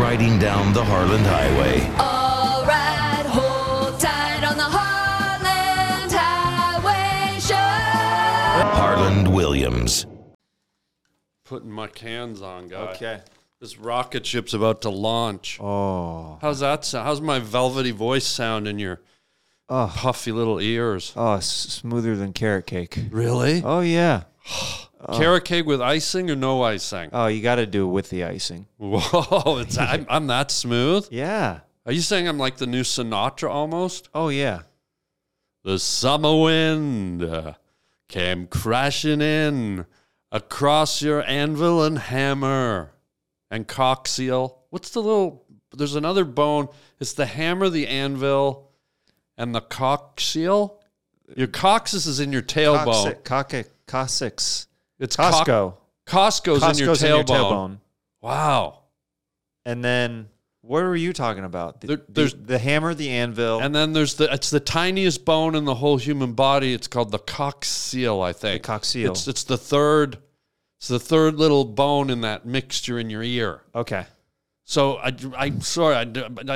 riding down the Harland Highway. All right, hold tight on the Heartland Highway Show. Harland Williams. Putting my cans on, guy. Okay. This rocket ship's about to launch. Oh. How's that sound? How's my velvety voice sound in your puffy little ears? Oh, it's smoother than carrot cake. Really? Oh yeah. Uh-uh. Carrot cake with icing or no icing? Oh, you got to do it with the icing. Whoa, it's, I'm, I'm that smooth? Yeah. Are you saying I'm like the new Sinatra almost? Oh yeah. The summer wind uh, came crashing in across your anvil and hammer and coxial. What's the little? There's another bone. It's the hammer, the anvil, and the coxial. Your coccyx is in your tailbone. Cossack- Cossack- Cossacks. It's coc- e, Costco. Costco's, in your, Costco's tailbone. Wow. And then what were you talking about? The, There- the- there's- the hammer, the anvil, And then there's the it's the tiniest bone in the whole human body. It's called the coccyx, I think. coccyx. It's it's the third it's the third little bone in that mixture in your ear. okay. So I I'm sorry I,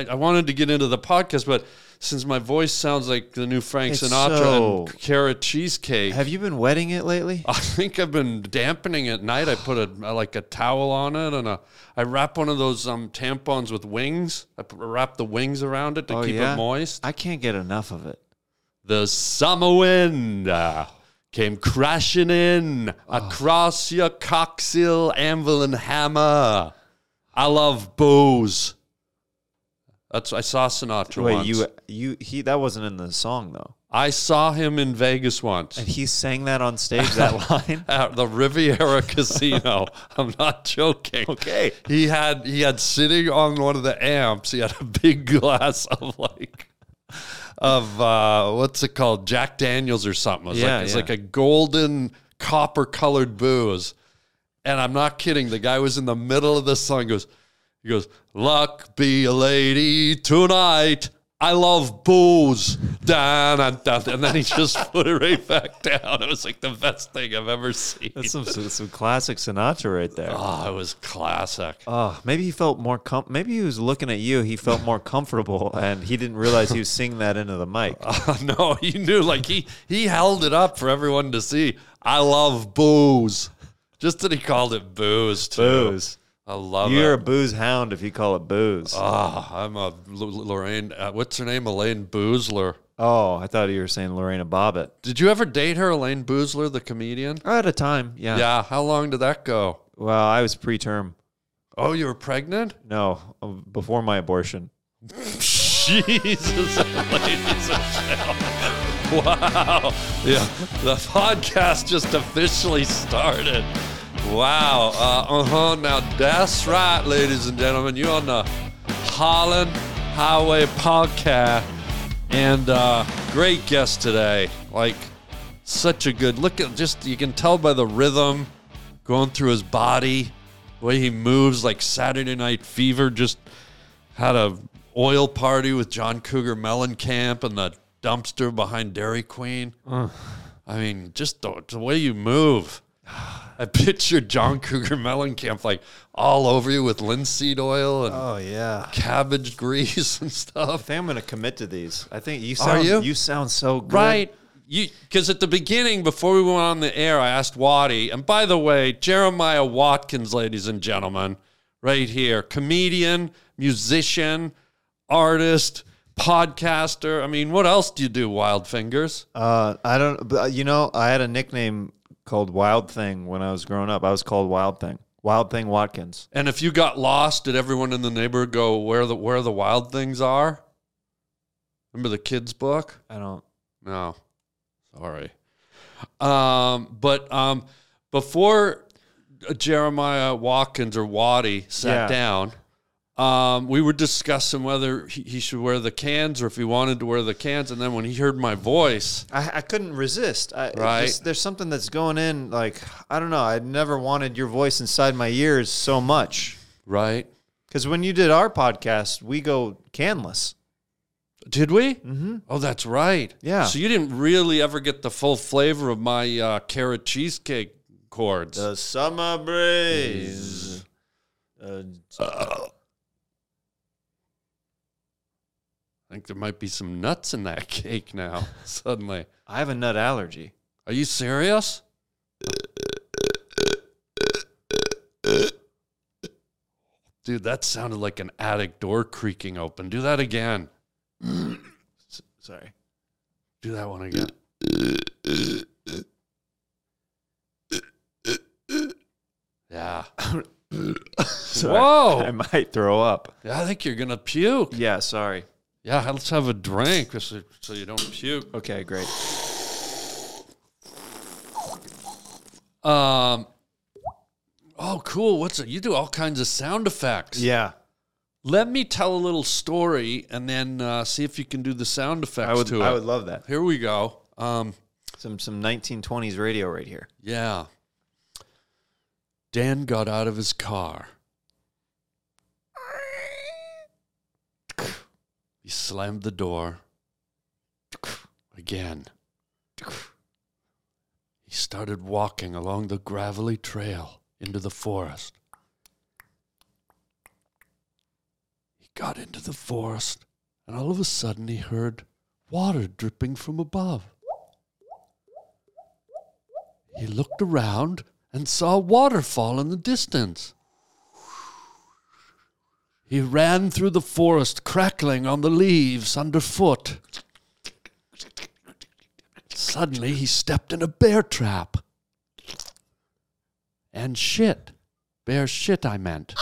I, I wanted to get into the podcast, but since my voice sounds like the new Frank It's Sinatra so- and carrot cheesecake, Have you been wetting it lately? I think I've been dampening at night. I put a like a towel on it and a I wrap one of those um tampons with wings. I put- wrap the wings around it to Oh, keep yeah? it moist. I can't get enough of it. The summer wind uh, came crashing in across your coxial anvil and hammer. I love booze. That's I saw Sinatra Wait, once. you you he that wasn't in the song though. I saw him in Vegas once. And he sang that on stage that line. at the Riviera Casino. I'm not joking. Okay. He had he had sitting on one of the amps. He had a big glass of like of uh, what's it called, Jack Daniels or something. It's Yeah, like it's yeah. like a golden copper colored booze. And I'm not kidding. The guy was in the middle of this song. He goes, he goes, luck be a lady tonight. I love booze. Dun, dun, dun. And then he just put it right back down. It was like the best thing I've ever seen. That's some some classic Sinatra right there. Oh, it was classic. Oh, maybe he felt more com- maybe he was looking at you, he felt more comfortable and he didn't realize he was singing that into the mic. no, he knew like he he held it up for everyone to see. I love booze. Just that he called it booze too. Booze. I love You're a it. booze hound if you call it booze. Ah, I'm a L- Lorraine. Uh, what's her name? Elaine Boozler. oh, I thought you were saying Lorena Bobbitt. Did you ever date her, Elaine Boozler, the comedian? Oh, At a time, yeah. Yeah. How long did that go? Well, I was preterm. Oh, you were pregnant? No, um, before my abortion. Jesus, ladies and gentlemen. Wow. Yeah, the podcast just officially started. Wow. Uh huh. Now, that's right, ladies and gentlemen. You're on the Holland Highway Podcast. And uh, great guest today. Like, such a good look at just, you can tell by the rhythm going through his body, the way he moves, like Saturday Night Fever, just had a oil party with John Cougar Mellencamp and the dumpster behind Dairy Queen. I mean, just the, the way you move. I picture John Cougar Mellencamp like all over you with linseed oil and Oh yeah. cabbage grease and stuff. I think I'm gonna commit to these. I think you Are sound you? sound so good. Right. You because at the beginning, before we went on the air, I asked Waddy, and by the way, Jeremiah Watkins, ladies and gentlemen, right here, comedian, musician, artist, podcaster. I mean, what else do you do, Wild Fingers? Uh, I don't. But uh, you know, I had a nickname called Wild Thing when I was growing up. I was called Wild Thing. Wild Thing Watkins. And if you got lost, did everyone in the neighborhood go where the where the wild things are? Remember the kids' book? I don't. No, sorry. Um, but um, before Jeremiah Watkins or Waddy sat down, um, we were discussing whether he, he should wear the cans or if he wanted to wear the cans. And then when he heard my voice, I, I couldn't resist. I, it Right. just- there's something that's going in. Like I don't know. I never wanted your voice inside my ears so much. right? Because when you did our podcast, we go canless. Did we? Mm-hmm. Oh, that's right. Yeah. So you didn't really ever get the full flavor of my uh, carrot cheesecake chords. The summer breeze. Uh, I think there might be some nuts in that cake now, suddenly. I have a nut allergy. Are you serious? Dude, that sounded like an attic door creaking open. Do that again. Sorry. Do that one again. Yeah. Sorry. Whoa. I might throw up. Yeah, I think you're going to puke. Yeah, sorry. Yeah, let's have a drink so so you don't puke. Okay, great. Um, oh, cool. What's it? You do all kinds of sound effects. Yeah. Let me tell a little story and then uh, see if you can do the sound effects I would to it. I would love that. Here we go. Um, Some some 1920s radio right here. yeah. Dan got out of his car. He slammed the door again. He started walking along the gravelly trail into the forest. He got into the forest, and all of a sudden he heard water dripping from above. He looked around and saw a waterfall in the distance. He ran through the forest, crackling on the leaves underfoot. Suddenly, he stepped in a bear trap. And shit. Bear shit, I meant.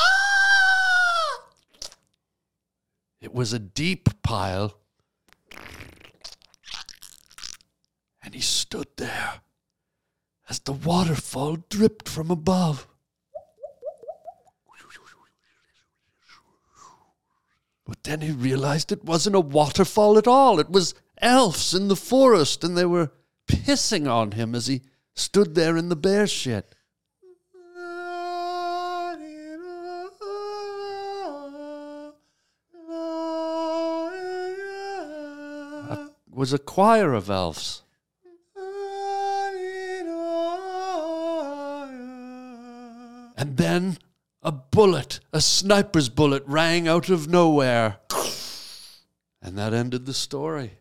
It was a deep pile. And he stood there as the waterfall dripped from above. But then he realized it wasn't a waterfall at all. It was elves in the forest, and they were pissing on him as he stood there in the bear shit. Uh, was a choir of elves. And then a bullet, a sniper's bullet, rang out of nowhere. And that ended the story.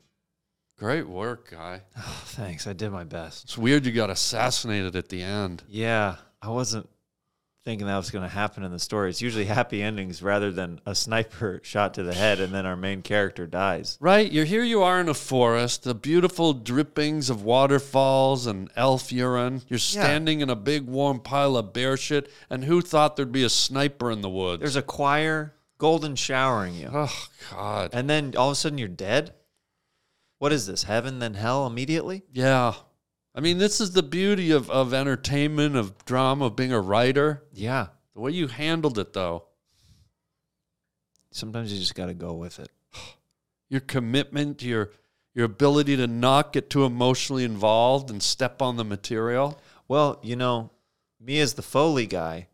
Great work, guy. Thanks. I did my best. It's weird you got assassinated at the end. Yeah, I wasn't thinking that was going to happen in the story. It's usually happy endings rather than a sniper shot to the head and then our main character dies. Right, you're here you are in a forest, the beautiful drippings of waterfalls and elf urine. You're standing in a big warm pile of bear shit, and who thought there'd be a sniper in the woods? There's a choir, golden showering you, oh god. and then all of a sudden you're dead. What is this? Heaven then hell immediately? Yeah. I mean, this is the beauty of, of entertainment, of drama, of being a writer. Yeah. The way you handled it, though, Sometimes you just got to go with it. your commitment, your your ability to not get too emotionally involved and step on the material. Well, you know, me as the Foley guy,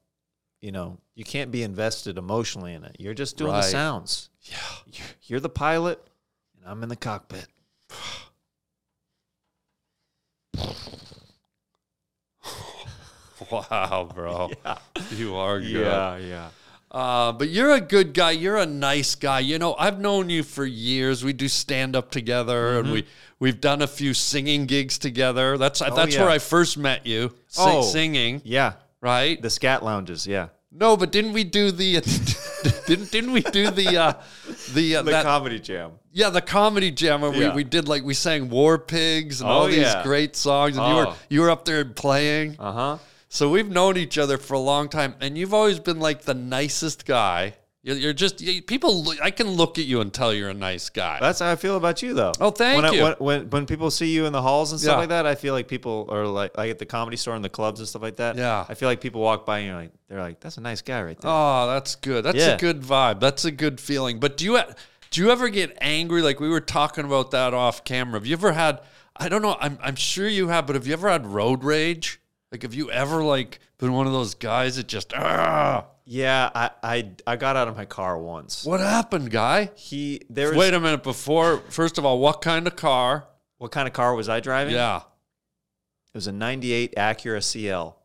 you know, you can't be invested emotionally in it. You're just doing Right. the sounds. Yeah. You're, you're the pilot, and I'm in the cockpit. Wow, bro. You are good. yeah. Uh, but you're a good guy. You're a nice guy. You know, I've known you for years. We do stand up together, Mm-hmm. and we we've done a few singing gigs together. That's that's Oh, yeah. where I first met you. Sing, Oh. singing, Yeah. right? The scat lounges, yeah. No, but didn't we do the didn't didn't we do the uh, the, uh, that, comedy jam. yeah the comedy jam where Yeah. we, we did like we sang War Pigs and all Oh, these yeah. great songs and you were Oh. you were up there and playing. Uh huh. So we've known each other for a long time, and you've always been like the nicest guy. You're, you're just you, people. look- I can look at you and tell you're a nice guy. That's how I feel about you, though. Oh, thank when you. I, when, when when people see you in the halls and stuff Yeah. like that, I feel like people are like like at the comedy store and the clubs and stuff like that. Yeah. I feel like people walk by and you're like, they're like, that's a nice guy right there. Oh, that's good. That's Yeah. a good vibe. That's a good feeling. But do you e, do you ever get angry? Like we were talking about that off camera. Have you ever had? I don't know. I'm I'm sure you have, but have you ever had road rage? Like have you ever like been one of those guys that just ah? Yeah, I, I I got out of my car once. What happened, guy? He there was Wait a minute. Before first of all, what kind of car? what kind of car was I driving? Yeah. It was a 98 Acura CL.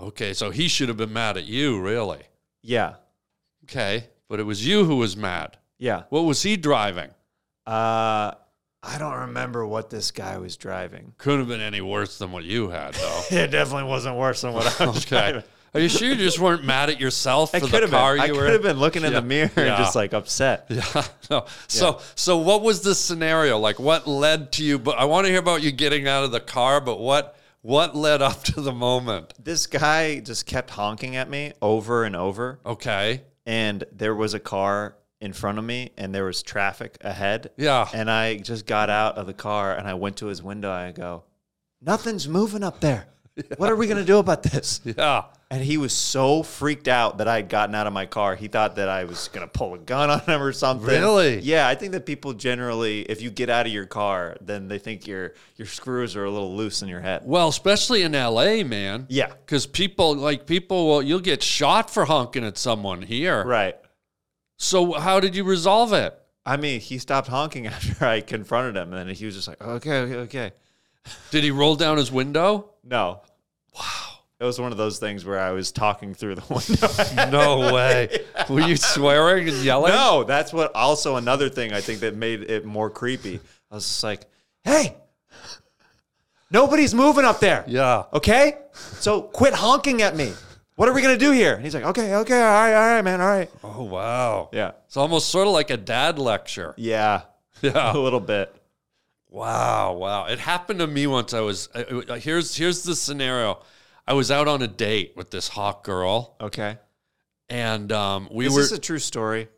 Okay, so he should have been mad at you, really. Yeah. Okay, but it was you who was mad. Yeah. What was he driving? Uh, I don't remember what this guy was driving. Couldn't have been any worse than what you had, though. It definitely wasn't worse than what I was okay. driving. Are you sure you just weren't mad at yourself for I could the have car been. I you could were? have been looking in Yeah. the mirror Yeah. and just like upset. Yeah, no. So, so what was the scenario? Like, what led to you? But I want to hear about you getting out of the car. But what what led up to the moment? This guy just kept honking at me over and over, Okay. and there was a car in front of me, and there was traffic ahead. Yeah. and I just got out of the car and I went to his window. And I go, nothing's moving up there. What are we gonna do about this? Yeah. And he was so freaked out that I had gotten out of my car. He thought that I was going to pull a gun on him or something. Really? Yeah, I think that people generally, if you get out of your car, then they think your your screws are a little loose in your head. Well, especially in L.A., man. Yeah. Because people like people will you'll get shot for honking at someone here. Right. So how did you resolve it? I mean, he stopped honking after I confronted him, and he was just like, "Okay, okay, okay." Did he roll down his window? No. Wow. It was one of those things where I was talking through the window. No way. Were you swearing and yelling? no, that's what. Also, another thing I think that made it more creepy. I was just like, "Hey, nobody's moving up there." Yeah. Okay? So quit honking at me. What are we gonna do here? And he's like, okay, okay, all right, all right, man, all right. Oh wow. Yeah. It's almost sort of like a dad lecture. Yeah. Yeah. A little bit. Wow, wow. It happened to me once. I was I, I- here's here's the scenario. I was out on a date with this hot girl, Okay. and um, we Is were this a true story?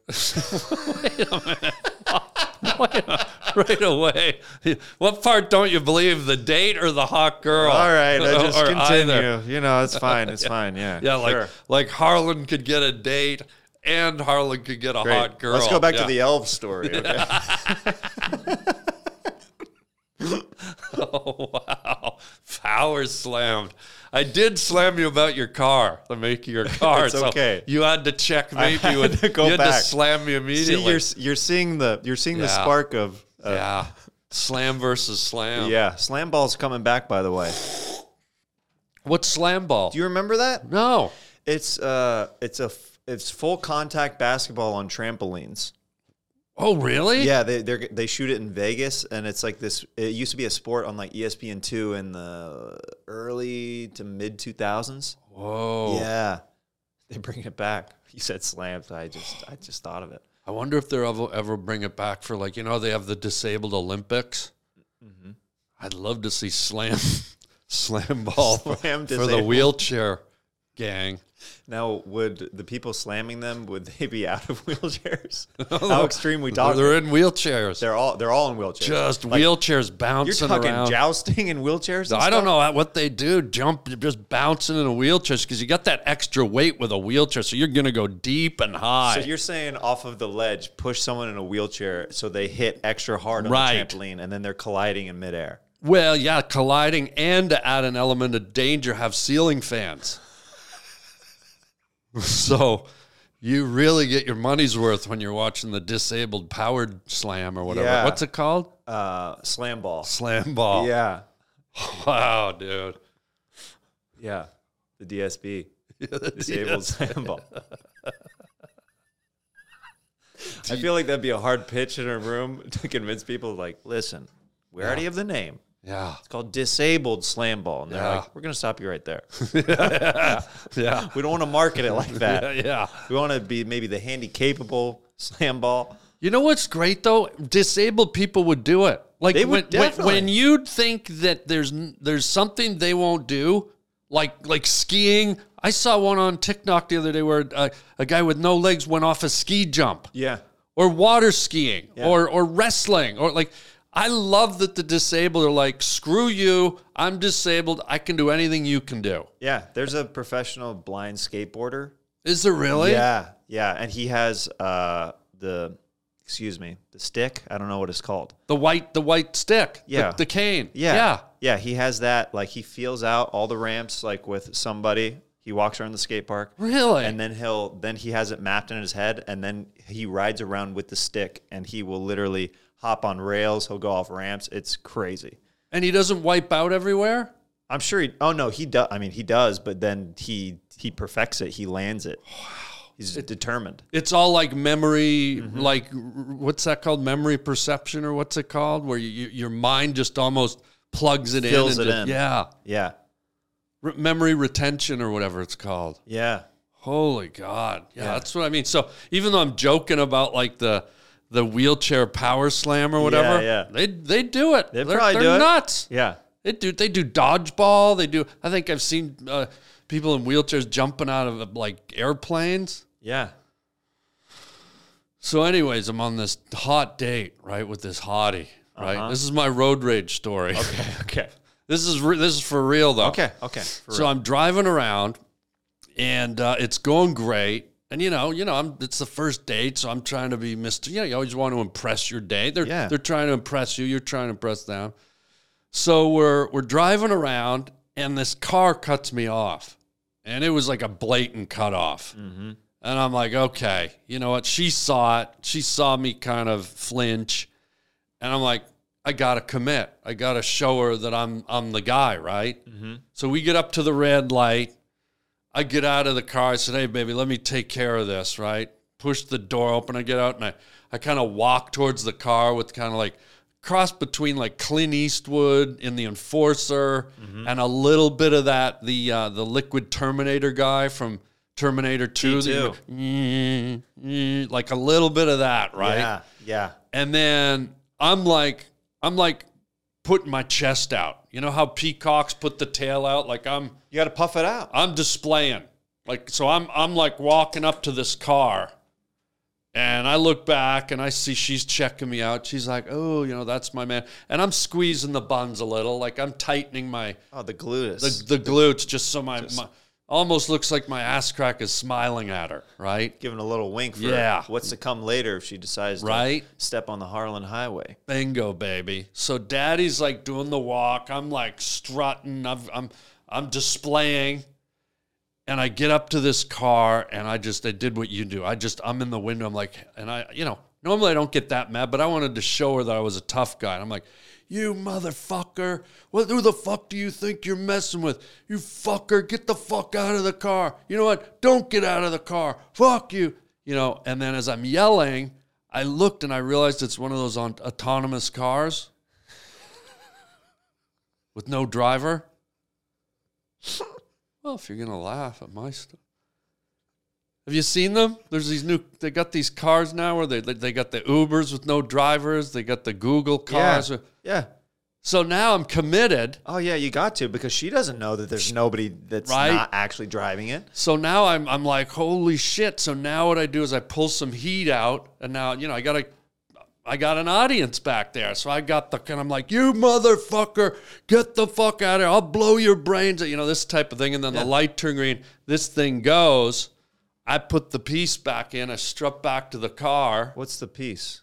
right away. What part don't you believe? The date or the hot girl? All right, I just Or continue. either. You know, it's fine. It's fine. Yeah. Yeah, like Sure. like Harlan could get a date, and Harlan could get a Great. hot girl. Let's go back Yeah. to the elf story. Okay? Oh wow! Power slammed. I did slam you about your car, the make of your car. It's okay. You had to check me. had You would to go you had to back. slam me See, immediately. you're you're seeing the you're seeing the Yeah. spark of uh, yeah, slam versus slam. yeah. Slam ball's coming back, by the way. What's slam ball? Do you remember that? no. It's uh, it's a f- it's full contact basketball on trampolines. Oh really? Yeah, they they're, they shoot it in Vegas, and it's like this. It used to be a sport on like E ESPN two in the early to mid two thousands. Whoa. Yeah, they bring it back. You said slams. I just I just thought of it. I wonder if they'll ever, ever bring it back for like you know they have the disabled Olympics. Mm-hmm. I'd love to see slam slam ball for- Slam for the disabled. wheelchair gang. Now, would the people slamming them would they be out of wheelchairs? How extreme we talk? They're, They're in wheelchairs. all they're all in wheelchairs. just Like, wheelchairs you're bouncing talking around. jousting in wheelchairs. and I don't stuff? know what they do. Jump, just bouncing in a wheelchair because you got that extra weight with a wheelchair, so you're gonna go deep and high. So you're saying off of the ledge, push someone in a wheelchair so they hit extra hard on Right. the trampoline, and then they're colliding in midair. well, yeah, colliding and to add an element of danger, have ceiling fans. so you really get your money's worth when you're watching the disabled powered slam or whatever. Yeah. What's it called? Uh, slam ball. Slam ball. Yeah, Wow, dude. yeah. The DSB, disabled slam ball. I feel like that'd be a hard pitch in a room to convince people. Like, listen, we already have the name. Yeah. It's called disabled slam ball, and they're Yeah. like, we're gonna stop you right there. Yeah. We don't want to market it like that. yeah. We want to be maybe the handy capable slam ball. You know what's great though? Disabled people would do it. Like They would when, when, definitely. when you think that there's n- there's something they won't do, like like skiing. I saw one on TikTok the other day where uh, a guy with no legs went off a ski jump, Yeah. or water skiing, or or wrestling, or like. I love that the disabled are like, screw you, I'm disabled, I can do anything you can do. Yeah, there's a professional blind skateboarder. Is there really? Yeah, yeah, and he has uh, the excuse me, the stick. I don't know what it's called. The white the white stick. the- Yeah. The, cane. Yeah, Yeah. yeah. He has that. Like he feels out all the ramps like with somebody. He walks around the skate park. Really? And then he'll then he has it mapped in his head, and then he rides around with the stick, and he will literally hop on rails. He'll go off ramps. It's crazy. and he doesn't wipe out everywhere? I'm sure he. Oh no, he does. I mean, he does. But then he he perfects it. He lands it. He's determined. It's all like memory, Mm-hmm. like r- what's that called? Memory perception, or what's it called? Where you, you, your mind just almost plugs it Fills in. it and just- in. Yeah. Yeah. Re- memory retention, or whatever it's called. Yeah. Holy God. Yeah, that's what I mean. So even though I'm joking about like the the wheelchair power slam or whatever, yeah. they they do it. They They're- probably they're do it. nuts. Yeah. They do they do dodgeball. They do. I think I've seen uh, people in wheelchairs jumping out of like airplanes. Yeah. So, anyways, I'm on this hot date, right, with this hottie, right. This is my road rage story. Okay. Okay. this is re- this is for real though. Okay. Okay. For So I'm driving around, and uh, it's going great. And you know, you know, I'm it's the first date, so I'm trying to be Mister. You know, you always want to impress your date. They're Yeah. they're trying to impress you. You're trying to impress them. So we're we're driving around, and this car cuts me off, and it was like a blatant cut off. Mm-hmm. And I'm like, okay, you know what? She saw it. She saw me kind of flinch, and I'm like, I gotta commit. I gotta show her that I'm I'm the guy, right? So we get up to the red light. I get out of the car. I said, Hey, baby, let me take care of this, right? Push the door open. I get out and I, I kind of walk towards the car with kind of like cross between like Clint Eastwood in The Enforcer and a little bit of that, the uh, the liquid Terminator guy from Terminator 2. that you- Like a little bit of that, right? Yeah. Yeah. and then I'm like, I'm like putting my chest out. You know how peacocks put the tail out? Like I'm, You got to puff it out. I'm displaying. Like so, I'm, I'm like walking up to this car, and I look back and I see she's checking me out. She's like, oh, you know, that's my man, and I'm squeezing the buns a little. Like I'm tightening my Oh, the gluteus. the, the glutes just so my, my almost looks like my ass crack is smiling at her, right? Giving a little wink for Yeah. what's to come later if she decides Right. to step on the Harlan Highway. Bingo, baby. So daddy's like doing the walk. I'm like strutting. I've, I'm I'm displaying. And I get up to this car and I just I did what you do. I just I'm in the window. I'm like, and I you know, normally I don't get that mad, but I wanted to show her that I was a tough guy. And I'm like, you motherfucker. What who the fuck do you think you're messing with? You fucker, get the fuck out of the car. You know what? Don't get out of the car. Fuck you. You know, and then as I'm yelling, I looked and I realized it's one of those on, autonomous cars with no driver. Well, if you're gonna laugh at my stuff, have you seen them? There's these new. They got these cars now where they they- they got the Ubers with no drivers. They got the Google cars. Yeah. So now I'm committed. Oh, yeah. You got to because she doesn't know that there's nobody that's Right. not actually driving it. So now I'm I'm like, holy shit. So now what I do is I pull some heat out and now, you know, I gotta I got an audience back there. So I got the and I'm like, you motherfucker, get the fuck out of here. I'll blow your brains out, you know, this type of thing. And then the light turned green, this thing goes. I put the piece back in, I strut back to the car. What's the piece?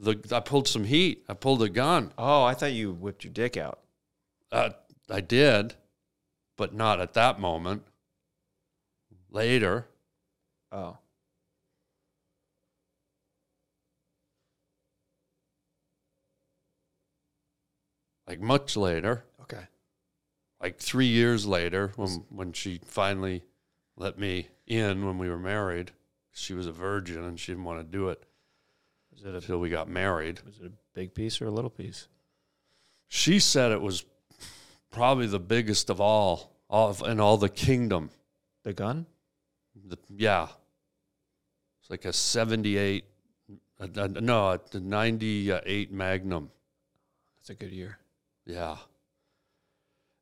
The, I pulled some heat. I pulled a gun. Oh, I thought you whipped your dick out. Uh, I did, but not at that moment. Later. Oh. like much later, Okay. like three years later, when when she finally let me in when we were married. She was a virgin and she didn't want to do it Is it a until we got married. was it a big piece or a little piece? She said it was probably the biggest of all, all of, in all the kingdom. The gun? The, yeah, it's like a seventy-eight, uh, uh, no, a ninety-eight Magnum. That's a good year. Yeah.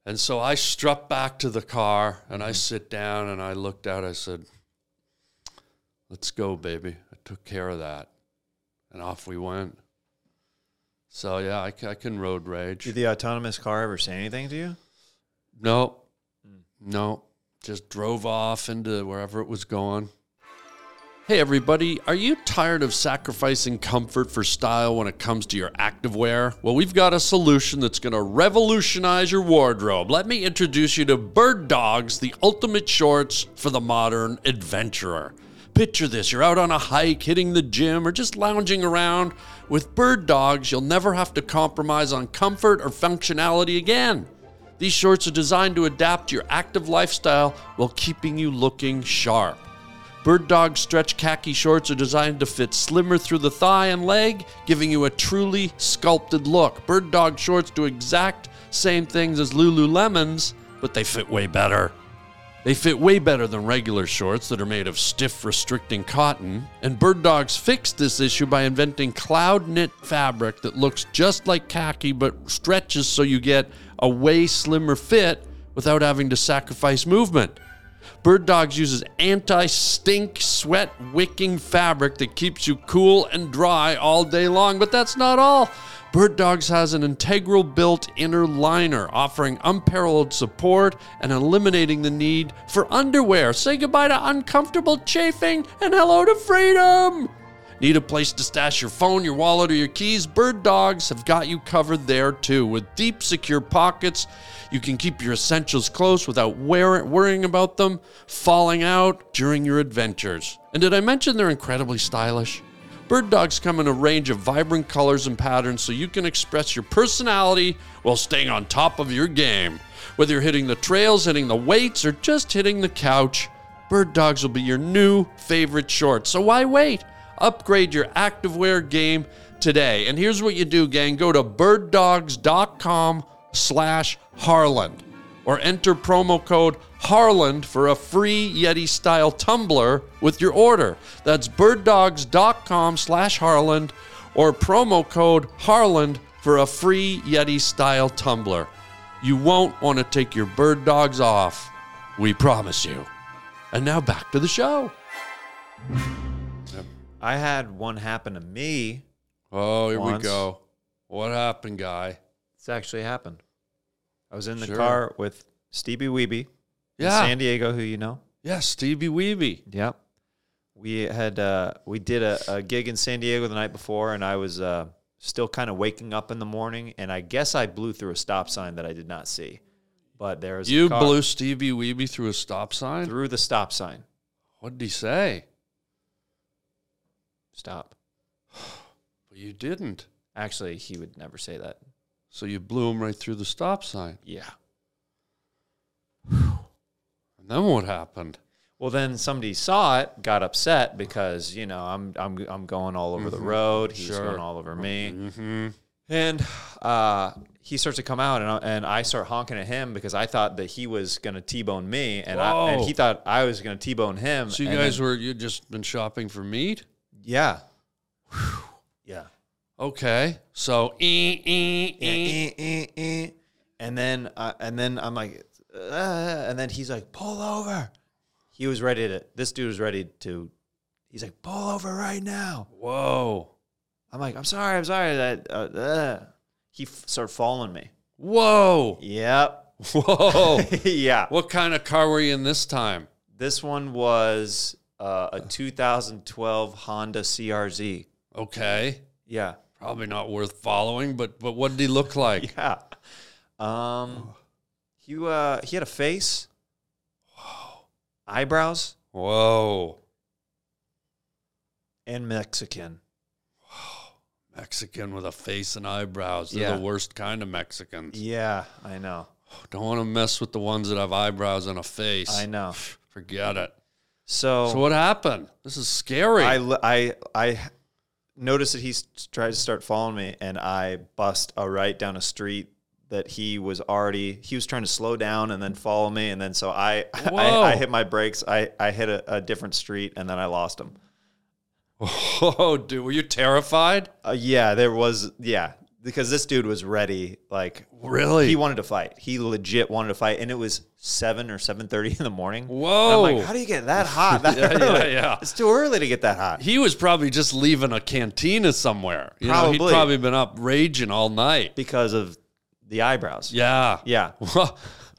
And so I strut back to the car and I sit down and I looked out. I said, Let's go, baby. I took care of that. And off we went. So, yeah, I, c- I can road rage. Did the autonomous car ever say anything to you? No, no, just drove off into wherever it was going. Hey, everybody, are you tired of sacrificing comfort for style when it comes to your activewear? Well, we've got a solution that's going to revolutionize your wardrobe. Let me introduce you to Bird Dogs, the ultimate shorts for the modern adventurer. Picture this you're out on a hike, hitting the gym, or just lounging around. With Bird Dogs, you'll never have to compromise on comfort or functionality again. These shorts are designed to adapt to your active lifestyle while keeping you looking sharp. Bird Dog stretch khaki shorts are designed to fit slimmer through the thigh and leg, giving you a truly sculpted look. Bird Dog shorts do exact same things as Lululemon's, but they fit way better. They fit way better than regular shorts that are made of stiff, restricting cotton. And Bird Dogs fixed this issue by inventing cloud knit fabric that looks just like khaki but stretches so you get a way slimmer fit without having to sacrifice movement. Bird Dogs uses anti stink, sweat wicking fabric that keeps you cool and dry all day long. But that's not all. Bird Dogs has an integral built inner liner, offering unparalleled support and eliminating the need for underwear. Say goodbye to uncomfortable chafing and hello to freedom. Need a place to stash your phone, your wallet, or your keys? Bird Dogs have got you covered there too. With deep, secure pockets, you can keep your essentials close without wear- worrying about them falling out during your adventures. And did I mention they're incredibly stylish? Bird Dogs come in a range of vibrant colors and patterns so you can express your personality while staying on top of your game. Whether you're hitting the trails, hitting the weights, or just hitting the couch, Bird Dogs will be your new favorite short. So why wait? Upgrade your activewear game today. And here's what you do, gang. Go to birddogs.com slash Harland or enter promo code Harland for a free Yeti style tumbler with your order. That's birddogs.com slash Harland or promo code Harland for a free Yeti style tumbler. You won't want to take your bird dogs off. We promise you. And now back to the show. I had one happen to me. Oh, here we Once. go. What happened, guy? It's actually happened. I was in the Sure. car with Stevie Weeby Yeah. in San Diego, who you know. Yeah, Stevie Weeby. Yep. We had uh, we did a, a gig in San Diego the night before, and I was uh, still kind of waking up in the morning, and I guess I blew through a stop sign that I did not see. But there was a You car blew Stevie Weeby through a stop sign? through the stop sign. What did he say? Stop. But you didn't. Actually, he would never say that. So you blew him right through the stop sign. Yeah. And then what happened? Well, then somebody saw it, got upset because you know I'm I'm I'm going all over the road. He's Mm-hmm. Sure. Mm-hmm. going all over me, Mm-hmm. and uh, he starts to come out, and I, and I start honking at him because I thought that he was gonna t-bone me, and I, and Whoa. he thought I was gonna t-bone him. So you and guys then- were you just been shopping for meat? yeah, yeah. Okay. So eh, eh, eh. Eh, eh, eh. And then uh, and then I'm like, uh, and then he's like, pull over. He was ready to. This dude was ready to. He's like, pull over right now. whoa. I'm like, I'm sorry, I'm sorry. That uh, uh. he f- started following me. Whoa. Yep. Whoa. yeah. what kind of car were you in this time? This one was uh, a 2012 Honda CRZ. Okay. Yeah. Probably not worth following, but but what did he look like? Yeah. Um, he uh, he had a face. Eyebrows Whoa. and Mexican. Mexican with a face and eyebrows. They're Yeah. the worst kind of Mexicans. Yeah, I know. Don't want to mess with the ones that have eyebrows and a face. I know. Forget it. So, So what happened? This is scary. I, l- I, I noticed that he s- tried to start following me, and I bust a right down a street that he was already. He was trying to slow down and then follow me, and then so I, Whoa. I, I hit my brakes. I, I hit a, a different street, and then I lost him. oh, dude, were you terrified? Uh, yeah, there was yeah because this dude was ready. Like Really? he wanted to fight. He legit wanted to fight, and it was seven or seven thirty in the morning. Whoa. I'm like, how do you get that hot? That Yeah, yeah, early? yeah. It's too early to get that hot. he was probably just leaving a cantina somewhere. You know, he'd Probably. probably been up raging all night. because of the eyebrows. Yeah. Yeah.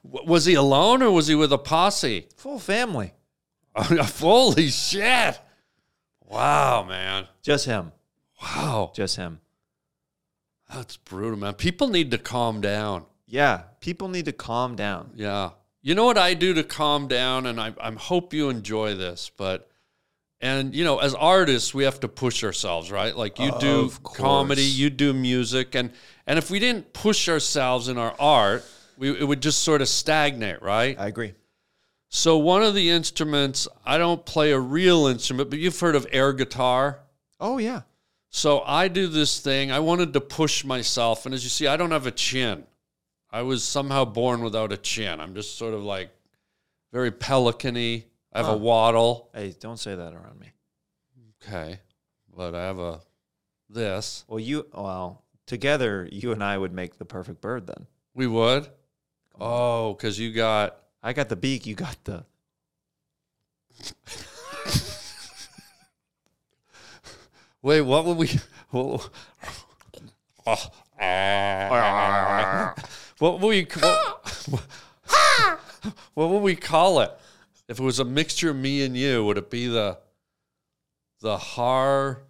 was he alone or was he with a posse? Full family. Holy shit. Wow, man. Just him. Wow. Just him. That's brutal, man. People need to calm down. Yeah. People need to calm down. Yeah. You know what I do to calm down, and I, I hope you enjoy this, but and you know, as artists, we have to push ourselves, right? Like you do Uh, Of course. comedy, you do music, and and if we didn't push ourselves in our art, we it would just sort of stagnate, right? I agree. So one of the instruments, I don't play a real instrument, but you've heard of air guitar. Oh yeah. So I do this thing. I wanted to push myself. And as you see, I don't have a chin. I was somehow born without a chin. I'm just sort of like very pelicany. I have a waddle. Hey, don't say that around me. Okay. But I have a this. Well, you well together you and I would make the perfect bird then. We would. Oh, because you got I got the beak. You got the. wait, what would we what, what would we what, what would we call it? If it was a mixture of me and you, would it be the the har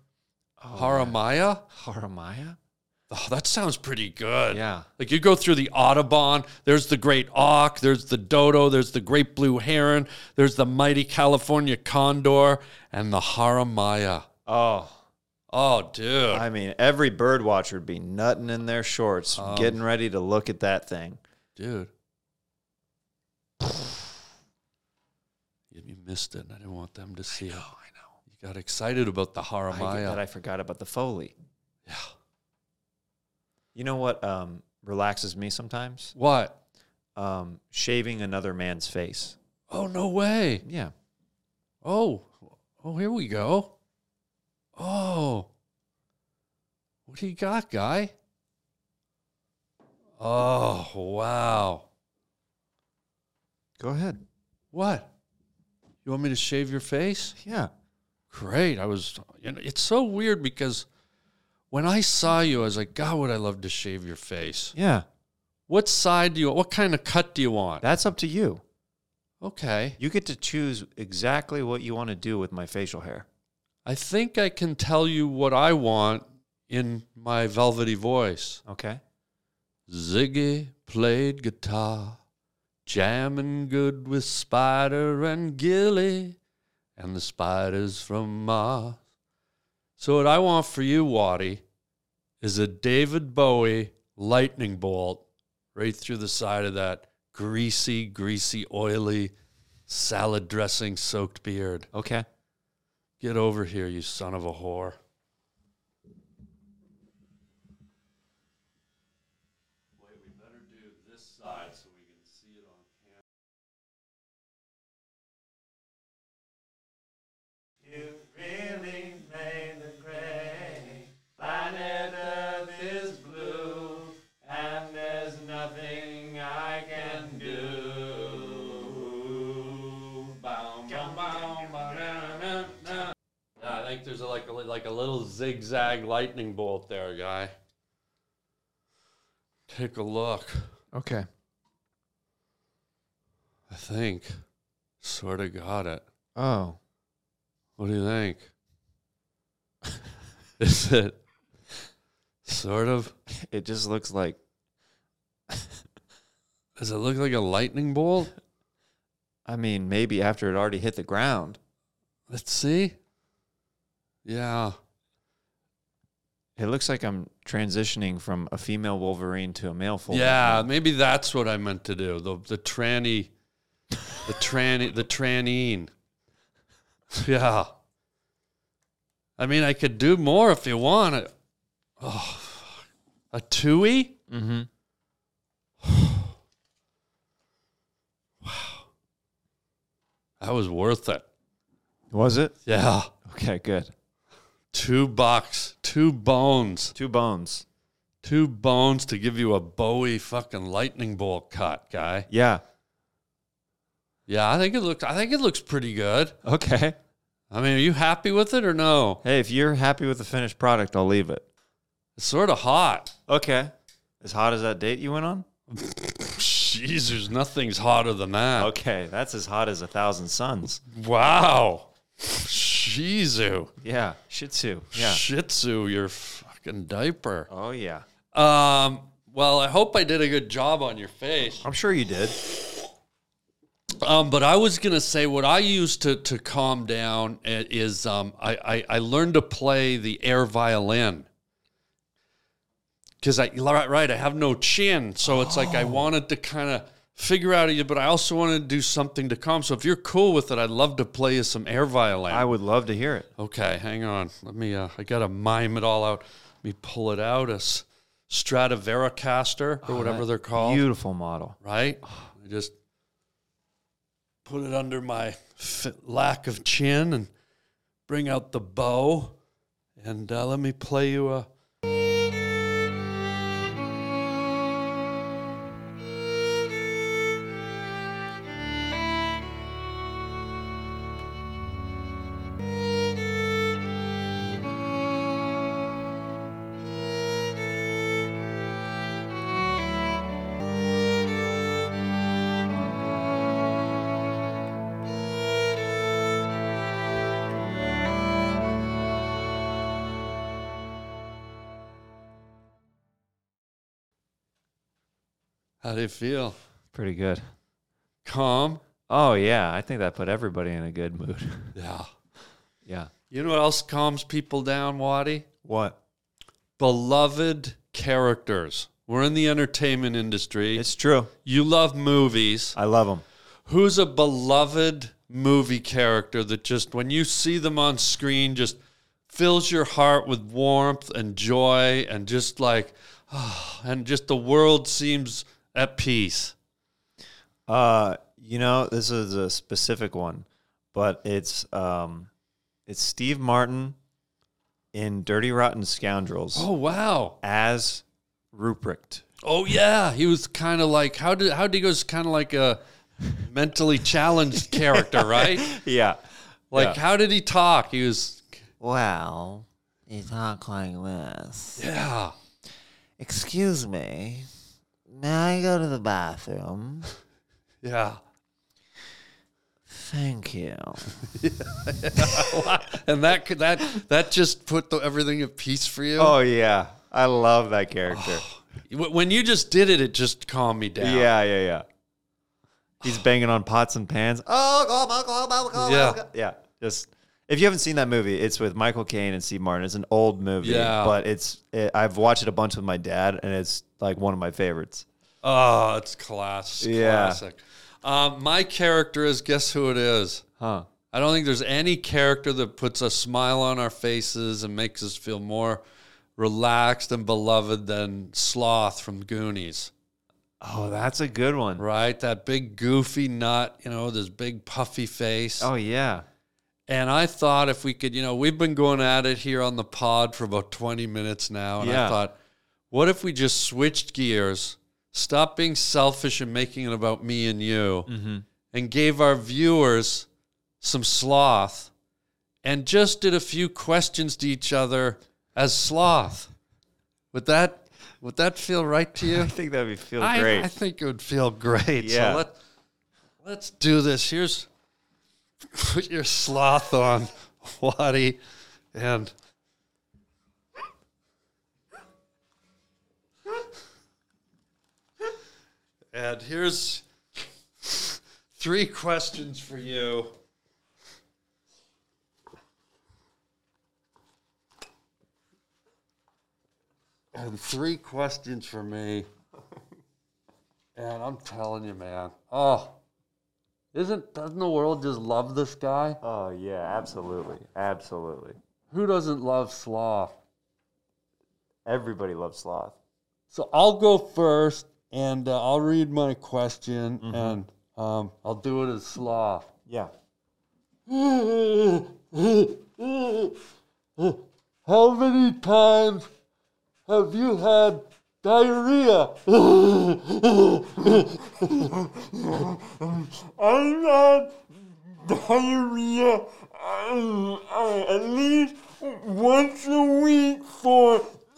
Haramaya? Haramaya? Oh, that sounds pretty good. Yeah. Like you go through the Audubon, there's the great auk, there's the dodo, there's the great blue heron, there's the mighty California condor, and the haramaya. Oh, Oh, dude. I mean, every bird watcher would be nutting in their shorts, getting ready to look at that thing. dude. You you missed it, and I didn't want them to see it. I know, I know. You got excited about the I, that haramaya. I forgot about the foley. uh, Yeah. You know what um, relaxes me sometimes? what? Um, shaving another man's face. Oh, no way. Yeah. Oh, oh, here we go. Oh, what do you got, guy? Oh, wow. Go ahead. What? You want me to shave your face? Yeah. Great. I was, you know, it's so weird because when I saw you, I was like, God, would I love to shave your face? Yeah. What side do you What kind of cut do you want? That's up to you. Okay. You get to choose exactly what you want to do with my facial hair. I think I can tell you what I want in my velvety voice. Okay. Ziggy played guitar, jamming good with Spider and Gilly, and the spiders from Mars. So, what I want for you, Waddy, is a David Bowie lightning bolt right through the side of that greasy, greasy, oily, salad dressing soaked beard. Okay. Get over here, you son of a whore. I think there's a, like a, like a little zigzag lightning bolt there, guy. Take a look. Okay. I think. Sort of got it. Oh. What do you think? Is it sort of? It just looks like Does it look like a lightning bolt? I mean, maybe after it already hit the ground, Let's see. Yeah. it looks like I'm transitioning from a female Wolverine to a male Wolverine. Yeah, maybe that's what I meant to do. The the tranny, the tranny, the tranine. Yeah. I mean, I could do more if you want it. Oh, a tui? Mm-hmm. That was worth it. Was it? Yeah. Okay, good. Two bucks, two bones, Two bones. two bones to give you a Bowie fucking lightning bolt cut, guy. Yeah. Yeah, I think it looks. I think it looks pretty good. Okay. I mean, are you happy with it or no? Hey, if you're happy with the finished product, I'll leave it. It's sort of hot. Okay. As hot as that date you went on? Jeez, there's nothing's hotter than that. Okay, that's as hot as a thousand suns. Wow. Shizu. Yeah. Shih Tzu. Yeah. Shih Tzu, your fucking diaper. Oh yeah. Um, well, I hope I did a good job on your face. I'm sure you did. Um, but I was gonna say what I used to to calm down i- is um, I, I I learned to play the air violin Oh. because I right right I have no chin, so it's like I wanted to kind of figure out you, but I also want to do something to calm. So if you're cool with it, I'd love to play you some air violin. I would love to hear it. Okay, hang on. Let me. Uh, I gotta mime it all out. Let me pull it out. A S- Stradivaricaster or whatever they're called, Beautiful model. right? I just put it under my f- lack of chin and bring out the bow, and uh, let me play you a. How do you feel? Pretty good. Calm. Oh yeah, I think that put everybody in a good mood. Yeah. yeah. You know what else calms people down, Waddy? What? Beloved characters. We're in the entertainment industry. It's true. you love movies. I love them. Who's a beloved movie character that just, when you see them on screen, just fills your heart with warmth and joy and just like, ah, and just the world seems at peace? Uh, you know, this is a specific one, but it's um, it's Steve Martin in Dirty Rotten Scoundrels Oh, wow. as Ruprecht. Oh, yeah. He was kind of like, how did, how did he go? Kind of like a mentally challenged character, right? Yeah. Like, Yeah. how did he talk? He was, Well, you talk like this. yeah. Excuse me. May I go to the bathroom? Yeah. Thank you. And that could- that that just put the, everything at peace for you. Oh yeah, I love that character. Wh- When you just did it, it just calmed me down. Yeah, yeah, yeah. He's banging on pots and pans. Oh, go, go, go, go, go, Yeah. go. yeah. Just if you haven't seen that movie, it's with Michael Caine and Steve Martin. It's an old movie, Yeah. but it's it, I've watched it a bunch with my dad, and it's like one of my favorites. Oh, it's class. Yeah. Classic. Um, my character is guess who it is. Huh? I don't think there's any character that puts a smile on our faces and makes us feel more relaxed and beloved than Sloth from Goonies. Oh, that's a good one. Right? That big goofy nut, you know, this big puffy face. Oh yeah. And I thought if we could, you know, we've been going at it here on the pod for about 20 minutes now. And I Yeah. thought, what if we just switched gears, stop being selfish and making it about me and you, and gave our viewers some sloth and just did a few questions to each other as sloth? Would that would that feel right to you? I think that would feel I, great. I think it would feel great. Yeah. So let, let's do this. Here's put your sloth on, Waddy, and and here's three questions for you. And three questions for me. And I'm telling you, man. Oh, isn't doesn't the world just love this guy? oh yeah, absolutely, absolutely. Who doesn't love sloth? Everybody loves sloth. So I'll go first, and uh, I'll read my question, and um, I'll do it as sloth. Yeah. How many times have you had diarrhea? I'm not diarrhea. um, uh, at least once a week for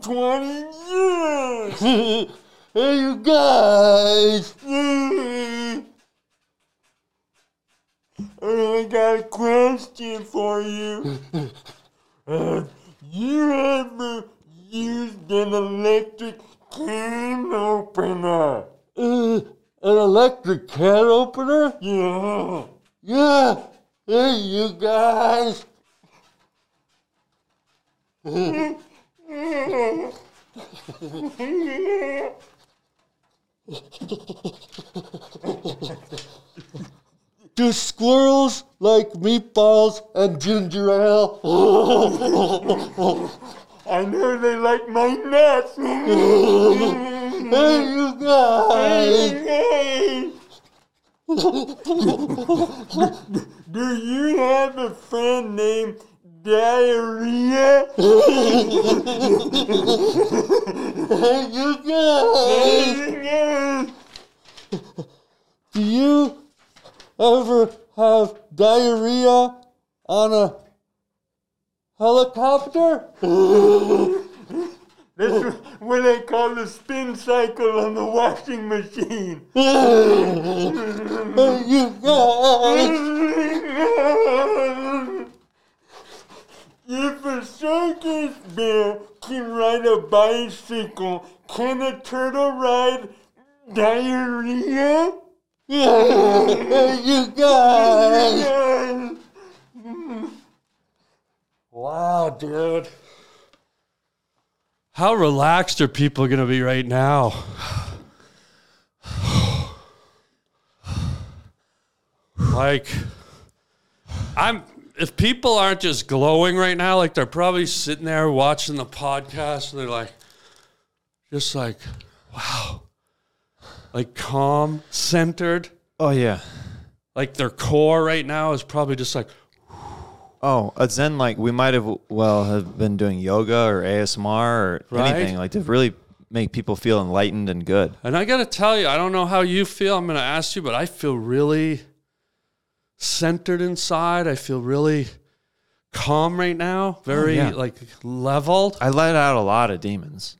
20 years. hey, you guys. I got a question for you. Uh, you ever used an electric can opener? Uh, an electric can opener? Yeah. Yeah. Hey, you guys. Do squirrels like meatballs and ginger ale? I know they like my nuts. hey, you guys! Do you have a friend named Diarrhea? hey, you guys! Do you ever have diarrhea on a helicopter? That's what I call the spin cycle on the washing machine. you guys. If a circus bear can ride a bicycle, can a turtle ride diarrhea? you guys! Wow, dude. How relaxed are people going to be right now? like, I'm. If people aren't just glowing right now, like they're probably sitting there watching the podcast, and they're like, just like, wow, like calm, centered. Oh yeah. Like their core right now is probably just like, Oh, a Zen like we might have well have been doing yoga or ASMR or Right. anything like to really make people feel enlightened and good. And I got to tell you, I don't know how you feel. I'm going to ask you, but I feel really centered inside. I feel really calm right now, very Oh, yeah. like leveled. I let out a lot of demons.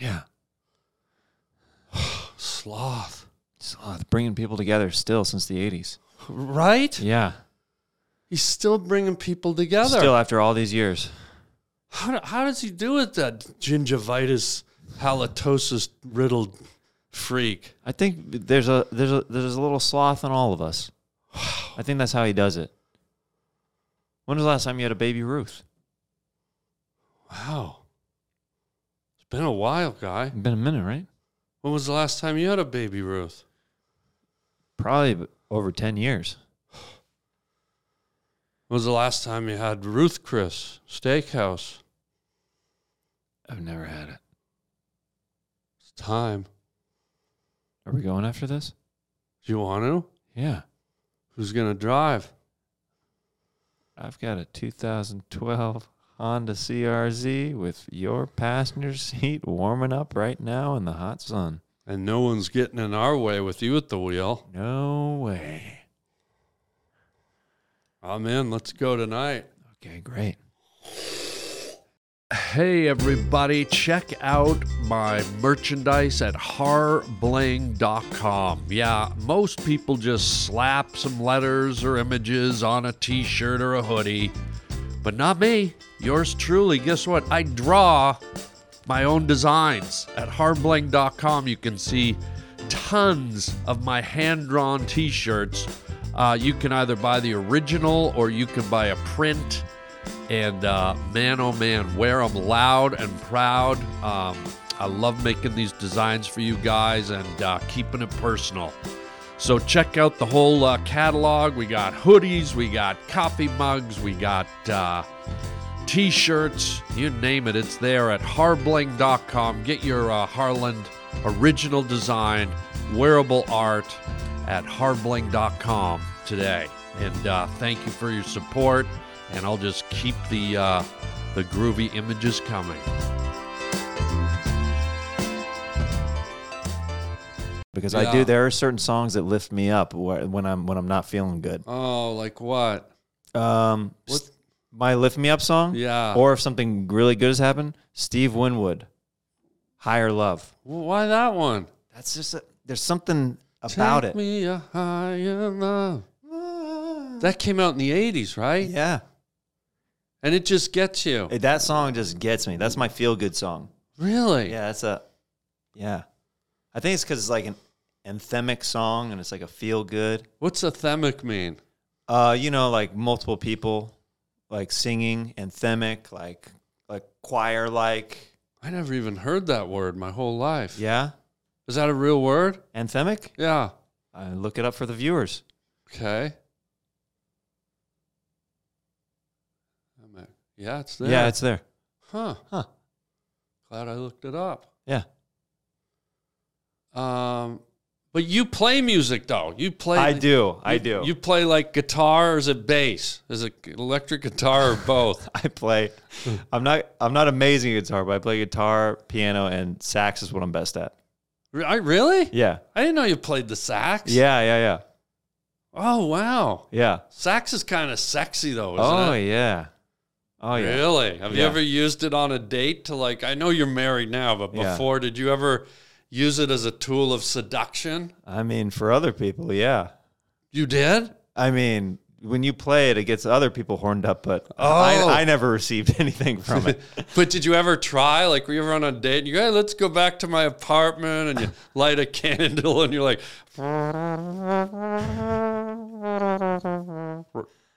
Yeah, Sloth, it's a lot. oh, bringing people together still since the '80s. right? Yeah, He's still bringing people together. still after all these years. how, do- how does he do it, that gingivitis, halitosis riddled freak? I think there's a there's a there's a little sloth in all of us. I think that's how he does it. When was the last time you had a baby Ruth? Wow. It's been a while, guy. Been a minute, right? When was the last time you had a baby, Ruth? Probably b- over ten years. When was the last time you had Ruth Chris Steakhouse? I've never had it. It's time. Are we going after this? Do you want to? Yeah. Who's going to drive? I've got a 2012 Honda CRZ with your passenger seat warming up right now in the hot sun. And no one's getting in our way with you at the wheel. No way. I'm in. Let's go tonight. Okay, great. Hey, everybody, check out my merchandise at harbling.com. Yeah, most people just slap some letters or images on a t shirt or a hoodie, but not me. Yours truly. Guess what? I draw my own designs. At harbling.com, you can see tons of my hand drawn t shirts. Uh, you can either buy the original or you can buy a print. And uh, man, oh man, wear them loud and proud. Um, I love making these designs for you guys and uh, keeping it personal. So check out the whole uh, catalog. We got hoodies, we got coffee mugs, we got uh, t shirts, you name it, it's there at harbling.com. Get your uh, Harland original design, wearable art at harbling.com today. And uh, thank you for your support, and I'll just keep the, uh, the groovy images coming. Because Yeah. I do. There are certain songs that lift me up wh- when I'm when I'm not feeling good. Oh, like what? Um, s- my lift me up song. Yeah. Or if something really good has happened, Steve Winwood, Higher Love. Why that one? That's just a, there's something about it. me a higher love. That came out in the 80s, right? Yeah. And it just gets you. Eh, That song just gets me. That's my feel good song. really? Yeah, that's a. Yeah, I think it's because it's like an anthemic song and it's like a feel good. What's a themic mean? Uh, you know, like multiple people, like singing anthemic, like like choir like. I never even heard that word my whole life. Yeah, Is that a real word? Anthemic? Yeah. Uh, look it up for the viewers. Okay. I'm at- Yeah, it's there. Yeah, it's there. huh. Huh. Glad I looked it up. Yeah. Um, but you play music though. You play. I do. I you- do. You play like guitar or is it bass? Is it electric guitar or both? I play. I'm not. I'm not amazing at guitar, but I play guitar, piano, and sax is what I'm best at. Re- I really? Yeah. I didn't know you played the sax. Yeah. Yeah. Yeah. Oh wow. Yeah. Sax is kind of sexy though, isn't Oh it? yeah. Oh yeah. Really? Have you Yeah. ever used it on a date to like? I know you're married now, but Yeah. before, did you ever use it as a tool of seduction? I mean, for other people, yeah. You did. I mean, when you play it, it gets other people horned up, but Oh. I, I never received anything from it. But did you ever try? Like, were you ever on a date and you go, hey, let's go back to my apartment and you light a candle and you're like,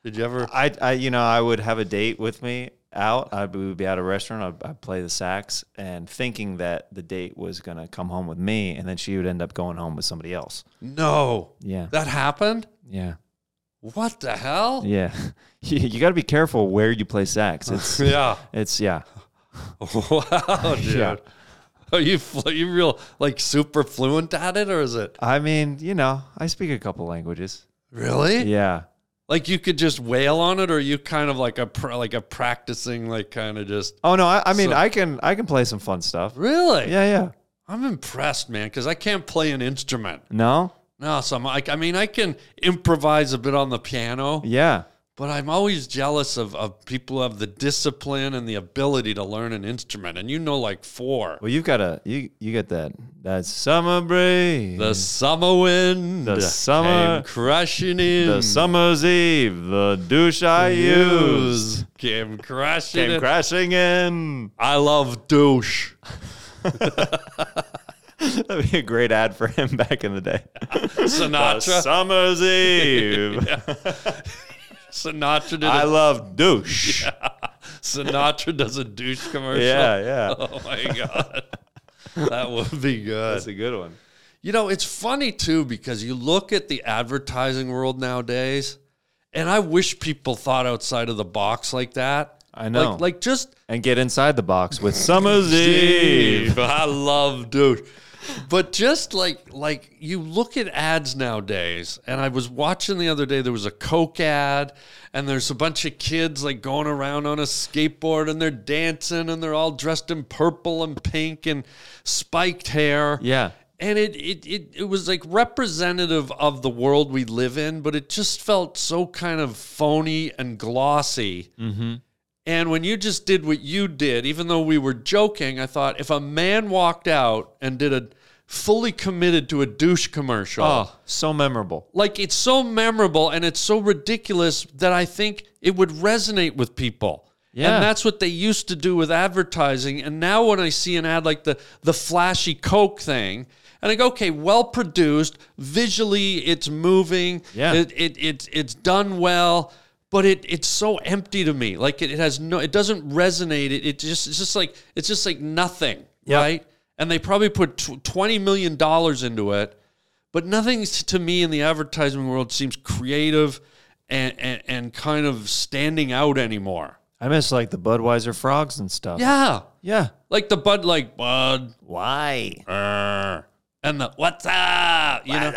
did you ever? I, I, you know, I would have a date with me out. I'd we would be at a restaurant. I'd, I'd play the sax, and thinking that the date was gonna come home with me, and then she would end up going home with somebody else. No. Yeah. That happened? Yeah. What the hell? Yeah. you you got to be careful where you play sax. It's Yeah. it's yeah. Wow, dude. Yeah. Are you fl- you real like super fluent at it or is it I mean, you know, I speak a couple languages. really? Yeah. Like you could just wail on it or are you kind of like a pr- like a practicing like kind of just Oh no, I, I mean, So- I can I can play some fun stuff. Really? Yeah, yeah. I'm impressed, man, cuz I can't play an instrument. No. No, so I'm like, I mean, I can improvise a bit on the piano, Yeah. but I'm always jealous of, of people who have the discipline and the ability to learn an instrument. And you know, like four. Well, you've got a you you get that that summer breeze, The summer wind, The summer- came crushing in. the summer's eve, the douche I use news came crushing came in. crashing in. I love douche. That'd be a great ad for him back in the day. The Sinatra. summer's eve. Sinatra did. I a love douche. Sinatra does a douche commercial. Yeah, yeah. Oh my god, that would be good. That's a good one. You know, it's funny too because you look at the advertising world nowadays, and I wish people thought outside of the box like that. I know. Like, like just And get inside the box with Summer's Steve, Eve. I love douche. But just like like you look at ads nowadays, and I was watching the other day. There was a Coke ad, and there's a bunch of kids like going around on a skateboard, and they're dancing, and they're all dressed in purple and pink and spiked hair. Yeah. And it, it, it, it was like representative of the world we live in, but it just felt so kind of phony and glossy. And when you just did what you did, even though we were joking, I thought if a man walked out and did a fully committed to a douche commercial, Oh, so memorable. like it's so memorable and it's so ridiculous that I think it would resonate with people. Yeah. And that's what they used to do with advertising. And now when I see an ad like the the flashy Coke thing, and I go, okay, well produced, visually it's moving, Yeah. it, it, it it's done well, but it it's so empty to me. Like it, it has no it doesn't resonate. It, it just it's just like it's just like nothing. Right? And they probably put tw- twenty million dollars into it but nothing s- to me in the advertising world seems creative and, and, and kind of standing out anymore. I miss like the Budweiser frogs and stuff. Yeah. Yeah. Like the Bud, like Bud, Why? er, and the what's up, you know,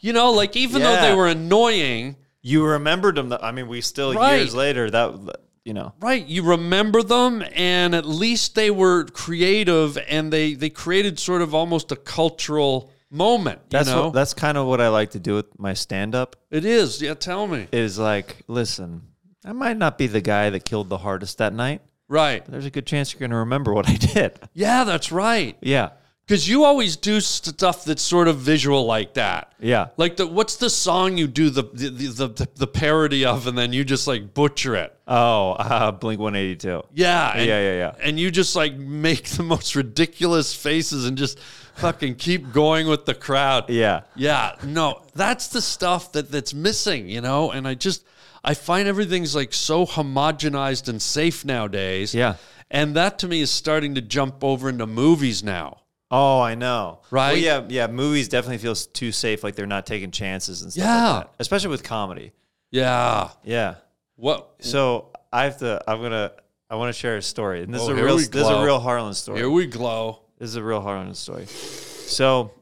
you know, like even though Yeah. they were annoying, You remembered them. th- I mean, we still Right. years later that you know. right? You remember them, and at least they were creative, and they they created sort of almost a cultural moment. You That's know, what, that's kind of what I like to do with my stand up it is. Yeah, tell me. is like, listen, I might not be the guy that killed the hardest that night. Right? There's a good chance you're going to remember what I did. Yeah, that's right. Yeah. Because you always do stuff that's sort of visual like that. Yeah. Like the what's the song you do the the the, the, the parody of, and then you just like butcher it. Oh, uh, Blink 182. Yeah. And, Yeah, yeah, yeah. And you just like make the most ridiculous faces and just fucking keep going with the crowd. Yeah. Yeah, no, that's the stuff that that's missing, you know. And I just I find everything's like so homogenized and safe nowadays. Yeah. and that to me is starting to jump over into movies now. Oh, I know. Well, Right? yeah, yeah. Movies definitely feels too safe, like they're not taking chances and stuff. Yeah. Like that. Especially with comedy. Yeah. Yeah. What? So I have to. I'm gonna. I want to share a story, and this Oh, is a here real. we This is glow. a real Harlan story. Here we glow. This is a real Harlan story. So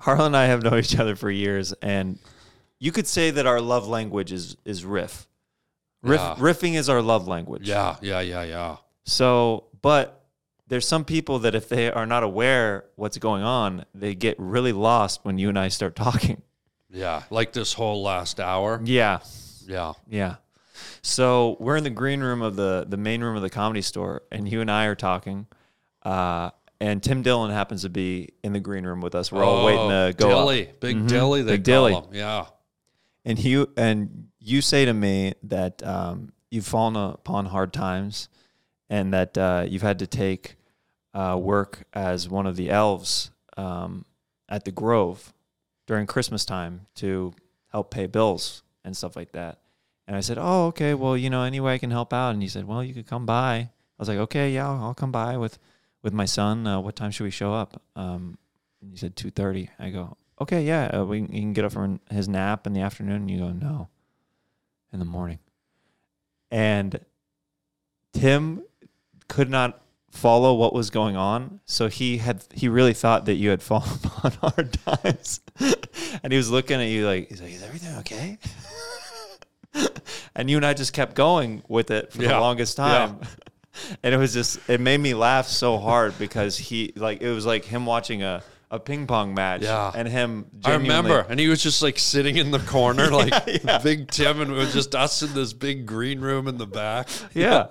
Harlan and I have known each other for years, and you could say that our love language is is riff. Riff Yeah. riffing is our love language. Yeah, yeah, yeah, yeah. So, but there's some people that if they are not aware what's going on, they get really lost when you and I start talking. Yeah. Like this whole last hour. Yeah. Yeah. Yeah. So we're in the green room of the the main room of the comedy store, and you and I are talking. Uh, and Tim Dillon happens to be in the green room with us. We're all waiting Oh, to go up. Mm-hmm. Dilly. Big Dilly, they Big call Dilly. him. Yeah. and you and you say to me that um, you've fallen upon hard times, and that uh, you've had to take uh, work as one of the elves um, at the Grove during Christmas time to help pay bills and stuff like that. And I said, "Oh, okay. Well, you know, any way I can help out." And he said, "Well, you could come by." I was like, "Okay, yeah, I'll, I'll come by with with my son. Uh, what time should we show up?" Um, and he said, 2.30. I go, okay, yeah, uh, we can, he can get up from his nap in the afternoon. And you go, no, in the morning. And Tim could not follow what was going on. So he had, he really thought that you had fallen upon hard times. and he was looking at you like, he's like, is everything okay? and you and I just kept going with it for Yeah, the longest yeah. time. and it was just it made me laugh so hard because he like it was like him watching a, a ping pong match Yeah. and him I genuinely- remember. And he was just like sitting in the corner, like Big Tim, and it was just us in this big green room in the back. yeah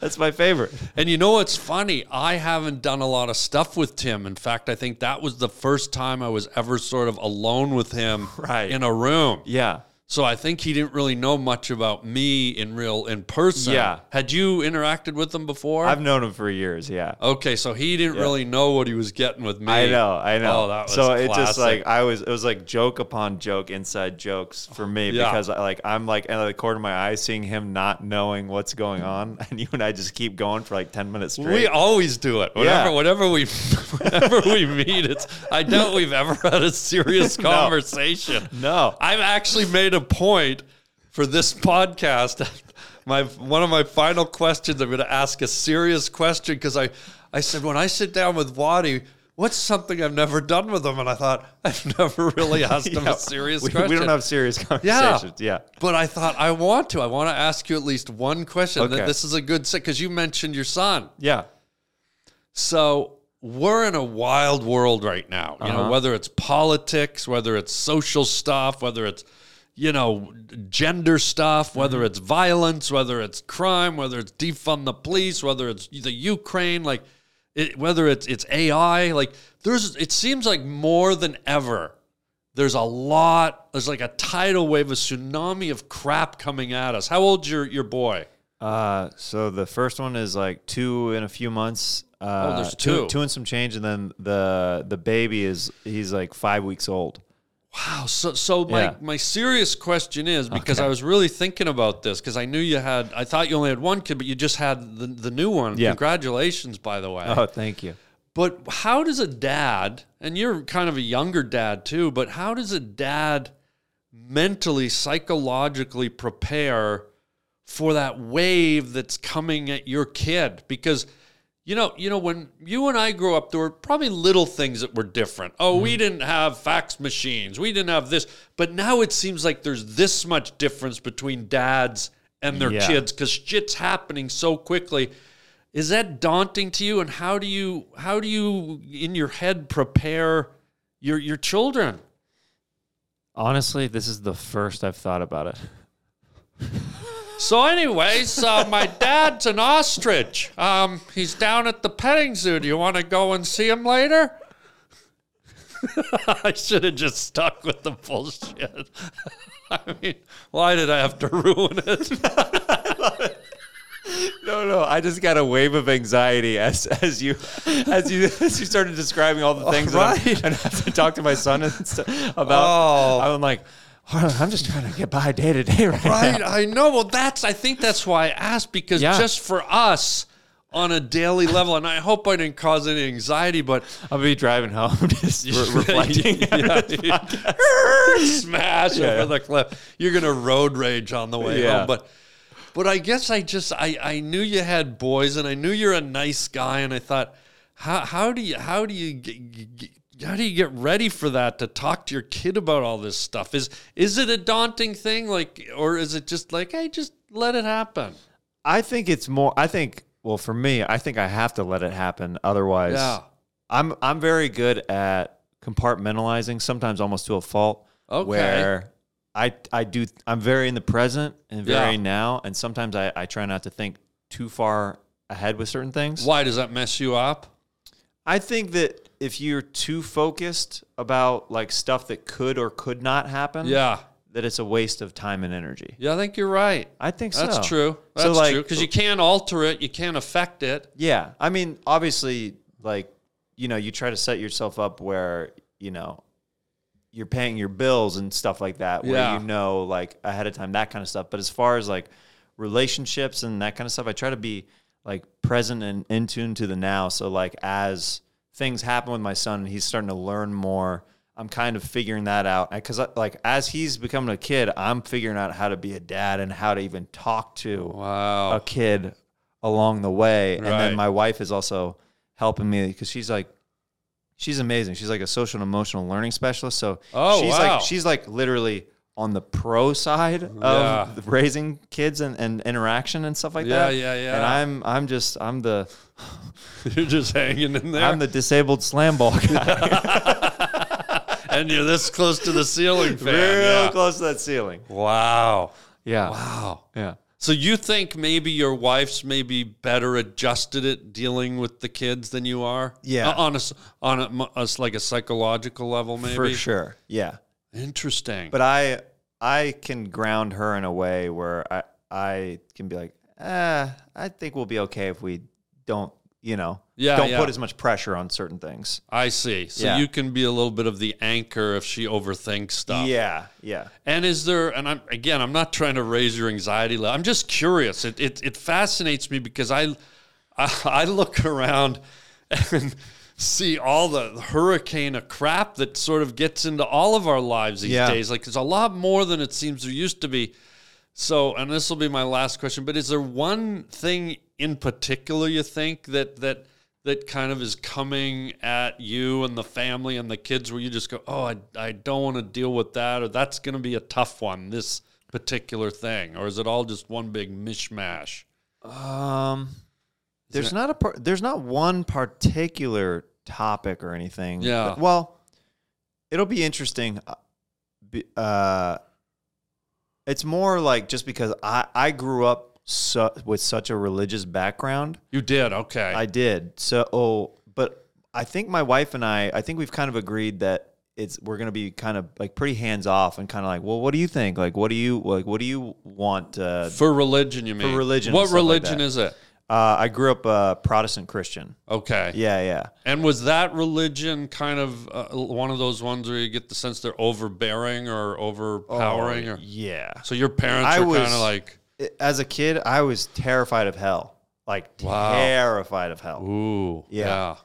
that's my favorite And you know what's funny? I haven't done a lot of stuff with Tim. In fact, I think that was the first time I was ever sort of alone with him Right. in a room. yeah So I think he didn't really know much about me in real in person. Yeah. Had you interacted with him before? I've known him for years yeah okay, so he didn't really know what he was getting with me. I know I know Oh, that was so it just classic. like I was it was like joke upon joke inside jokes for me Yeah. because I, like I'm like out of the corner of my eye seeing him not knowing what's going on and you and I just keep going for like 10 minutes straight We always do it. Yeah. Whenever, whenever we, whenever we meet, it's. I doubt we've ever had a serious conversation. No. I've actually made a point for this podcast. My one of my final questions. I'm going to ask a serious question because I, I said when I sit down with Wadi. What's something I've never done with him? And I thought, I've never really asked him Yeah. a serious we, question. we don't have serious conversations yeah, But I thought I want to. I want to ask you at least one question. That Okay. This is a good because you mentioned your son. yeah. So we're in a wild world right now. You know, whether it's politics, whether it's social stuff, whether it's you know gender stuff, whether it's violence, whether it's crime, whether it's defund the police, whether it's the Ukraine, like it, whether it's it's AI, like there's it seems like more than ever. There's a lot. There's like a tidal wave, a tsunami of crap coming at us. How old's your your boy? Uh, so the first one is like two in a few months. Uh, there's two. two, two and some change, and then the the baby is he's like five weeks old. Wow. So, so my, Yeah. my serious question is because I was really thinking about this because I knew you had, I thought you only had one kid, but you just had the, the new one. Yeah. Congratulations, by the way. Oh, thank you. But how does a dad, and you're kind of a younger dad too, but how does a dad mentally, psychologically prepare for that wave that's coming at your kid? Because you know, you know, when you and I grew up, there were probably little things that were different. Oh, we didn't have fax machines. We didn't have this. But now it seems like there's this much difference between dads and their Yeah. kids because shit's happening so quickly is that daunting to you and how do you how do you in your head prepare your your children Honestly, this is the first I've thought about it. so anyways uh, my dad's an ostrich um, he's down at the petting zoo do you want to go and see him later i should have just stuck with the bullshit i mean why did i have to ruin it No, no, I just got a wave of anxiety as as you as you as you started describing all the things that I'm- and I have to talk to my son and stuff about. Oh. I'm like, Harlan, I'm just trying to get by day to day right, Right, now. I know. Well, that's I think that's why I asked because Yeah. just for us, on a daily level. And I hope I didn't cause any anxiety, but I'll be driving home just re- reflecting. yeah, smash over the cliff. You're gonna road rage on the way Yeah. home. But but I guess I just I, I knew you had boys and I knew you're a nice guy and I thought how how do you how do you g- g- g- how do you get ready for that to talk to your kid about all this stuff? Is is it a daunting thing like or is it just like hey just let it happen? I think it's more. I think well for me, I think I have to let it happen. Otherwise, Yeah. I'm I'm very good at compartmentalizing, sometimes almost to a fault. Okay. Where I I do I'm very in the present and very Yeah. now, and sometimes I I try not to think too far ahead with certain things. Why does that mess you up? I think that if you're too focused about like stuff that could or could not Um, happen, Yeah. that it's a waste of time and energy. Yeah, I think you're right. I think so. That's true. That's So, like- true. Because you can't alter it, you can't affect it. Yeah. I mean, obviously, like, you know, you try to set yourself up where, you know, you're paying your bills and stuff like that, where Yeah. you know, like, ahead of time, that kind of stuff. But as far as like relationships and that kind of stuff, I try to be like present and in tune to the now. So, like, as things happen with my son and he's starting to learn more, I'm kind of figuring that out. Because, like, as he's becoming a kid, I'm figuring out how to be a dad and how to even talk to Wow. a kid along the way. And Oh. Right. then my wife is also helping me because she's like, she's amazing. She's like a social and emotional learning specialist. So Oh, she's wow. like, she's like literally on the pro side of Yeah. raising kids and, and interaction and stuff like Yeah, that. yeah, yeah. And I'm, I'm just, I'm the, You're just hanging in there, I'm the disabled slam ball guy. and you're this close to the ceiling fan. Real yeah. close to that ceiling. Wow, Yeah. wow. Yeah. So you think maybe your wife's maybe better adjusted at dealing with the kids than you are? Yeah. Uh, on a s- on a, m- a s- like a psychological level, maybe. For sure. Yeah. Interesting. but I I can ground her in a way where I I can be like, eh, I think we'll be okay if we don't, you know, Yeah, don't yeah. put as much pressure on certain things. I see. So Yeah. you can be a little bit of the anchor if she overthinks stuff. Yeah, yeah. And is there? And I'm again, I'm not trying to raise your anxiety level. I'm just curious. It it, it fascinates me because I, I I look around and see all the hurricane of crap that sort of gets into all of our lives these Yeah. days. Like there's a lot more than it seems there used to be. So, and this will be my last question, but is there one thing in particular you think that that that kind of is coming at you and the family and the kids where you just go, "Oh, I I don't want to deal with that or that's going to be a tough one this particular thing." Or is it all just one big mishmash? Um, there's not a par- there's not one particular topic or anything. Yeah. Well, it'll be interesting. uh, be- Uh, it's more like just because I I grew up su- with such a religious background. You did. Okay. I did. So, oh, but I think my wife and I, I think we've kind of agreed that it's we're gonna be kind of like pretty hands off and kind of like, well, what do you think? Like, what do you like? What do you want? Uh, for religion, you mean? religion and What stuff like religion that. is it? uh, I grew up uh, Protestant Christian. Okay. Yeah, yeah. And was that religion kind of uh, one of those ones where you get the sense they're overbearing or overpowering? Oh, or, Yeah. so your parents I were was- kind of like, As a kid, I was terrified of hell. Like Wow. terrified of hell. Ooh, yeah. Yeah.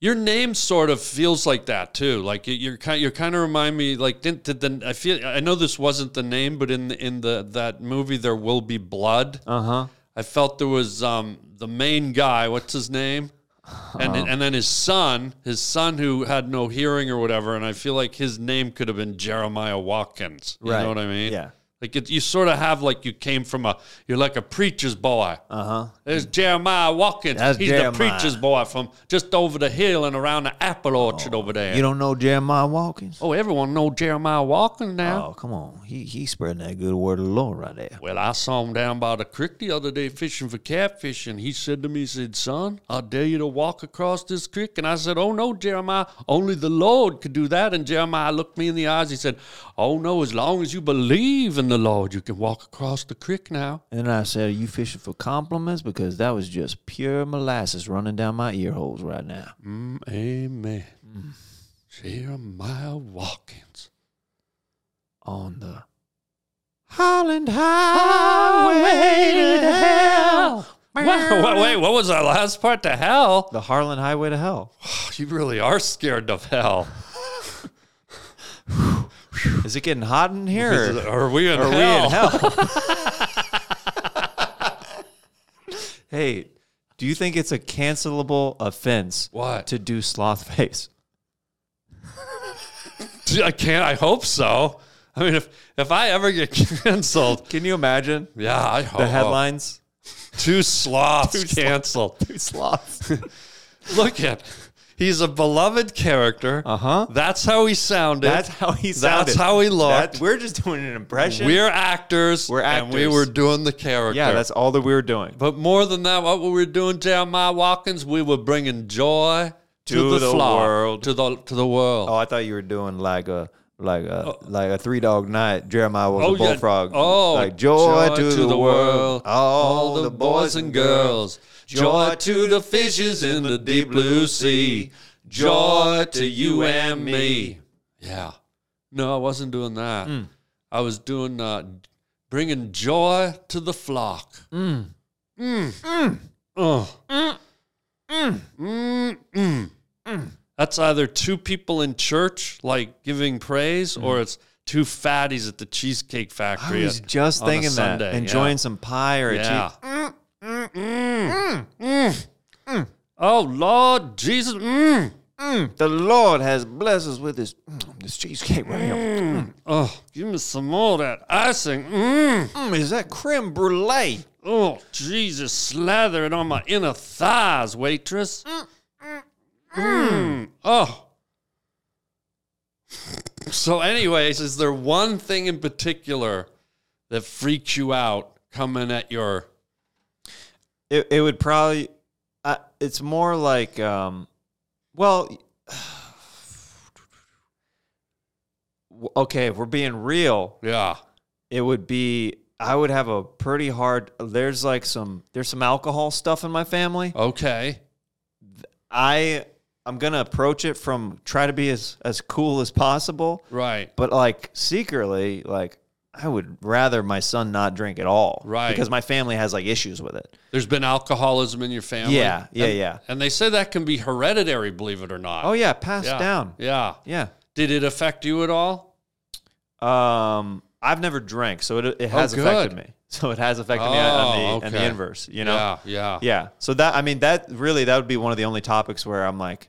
Your name sort of feels like that too. Like you- you're kind, you're kind of remind me. Like didn't did the I feel I know this wasn't the name, but in the, in the that movie there will be blood. Uh Uh-huh. huh. I felt there was um the main guy. What's his name? And Uh-huh. and then his son, his son who had no hearing or whatever. And I feel like his name could have been Jeremiah Watkins. You Right. know what I mean? Yeah. Like it, you sort of have like you came from a you're like a preacher's boy. Uh huh. There's Jeremiah Watkins. Uh-huh. That's He's the Jeremiah. preacher's boy from just over the hill and around the apple Oh, orchard over there. You don't know Jeremiah Watkins? oh, everyone know Jeremiah Watkins now. Oh, come on. He he spreading that good word of the Lord right there. Well, I saw him down by the creek the other day fishing for catfish, and he said to me, he said, Son, I dare you to walk across this creek. And I said, Oh no, Jeremiah, only the Lord could do that. And Jeremiah looked me in the eyes. He said, Oh no, as long as you believe in the Lord, you can walk across the creek now. And I said, Are you fishing for compliments? Because that was just pure molasses running down my ear holes right now. Mm, amen. Jeremiah Watkins. On the Holland Highway to hell. What, what- Ah! wait, what was that last part? To hell? Oh, The Harlan Highway to Hell. You really are scared of hell. Is it getting hot in here? or- Are we in Are hell? we in hell? hey, do you think it's a cancelable offense What? to do sloth face? I can't. I hope so. I mean, if if I ever get canceled, Can you imagine Oh, yeah, I hope the headlines? Two sloths canceled. Sloths. Look at. He's a beloved character. Uh Uh-huh. That's how he sounded. That's how he sounded. That's how he looked. That- we're just doing an impression. we're actors. We're And we actors. were doing the character. yeah, that's all that we were doing. But more than that, what we were doing, Jeremiah Watkins, we were bringing joy to, To the, the flock, world. to the to the world. Oh, I thought you were doing like a like a like a three dog night. Jeremiah was Oh, a yeah. bullfrog. Oh, like joy, to, the, world, all the boys and girls. Joy to the fishes in the deep blue sea. Joy to you and me. Yeah. No, I wasn't doing that. Hmm. I was doing uh, bringing joy to the flock. Mm. Mm. Oh. Mm, mm. That's either two people in church, like giving praise, or it's two fatties at the Cheesecake Mm. I Factory. was at- just on a thinking Sunday, that, yeah. enjoying some pie or a Yeah. cheese. Mm, Oh Lord Jesus. Mm. The Lord has blessed us with this, mm, this cheesecake right here. Oh, give me some more of that icing. Mm. Mm, is that creme brulee? Oh, Jesus, slather it on my inner thighs, waitress. Mm. Oh. So, anyways, is there one thing in particular that freaked you out coming at your It, it would probably. Uh, it's more like, um, well, okay. If we're being real, yeah? it would be. I would have a pretty hard. There's like some. There's some alcohol stuff in my family. Okay, I I'm gonna approach it from try to be as as cool as possible, right, but like secretly, like I would rather my son not drink at all, Right. Because my family has like issues with it. There's been alcoholism in your family. Yeah, yeah, And- yeah. And they say that can be hereditary, believe it or not. Oh yeah, passed yeah. down. Yeah. Yeah. Did it affect you at all? Um, I've never drank, so it it has Oh, good. affected me. So it has affected me on the, Oh, on the okay. inverse, you know. Yeah, yeah. Yeah. So that I mean that really that would be one of the only topics where I'm like,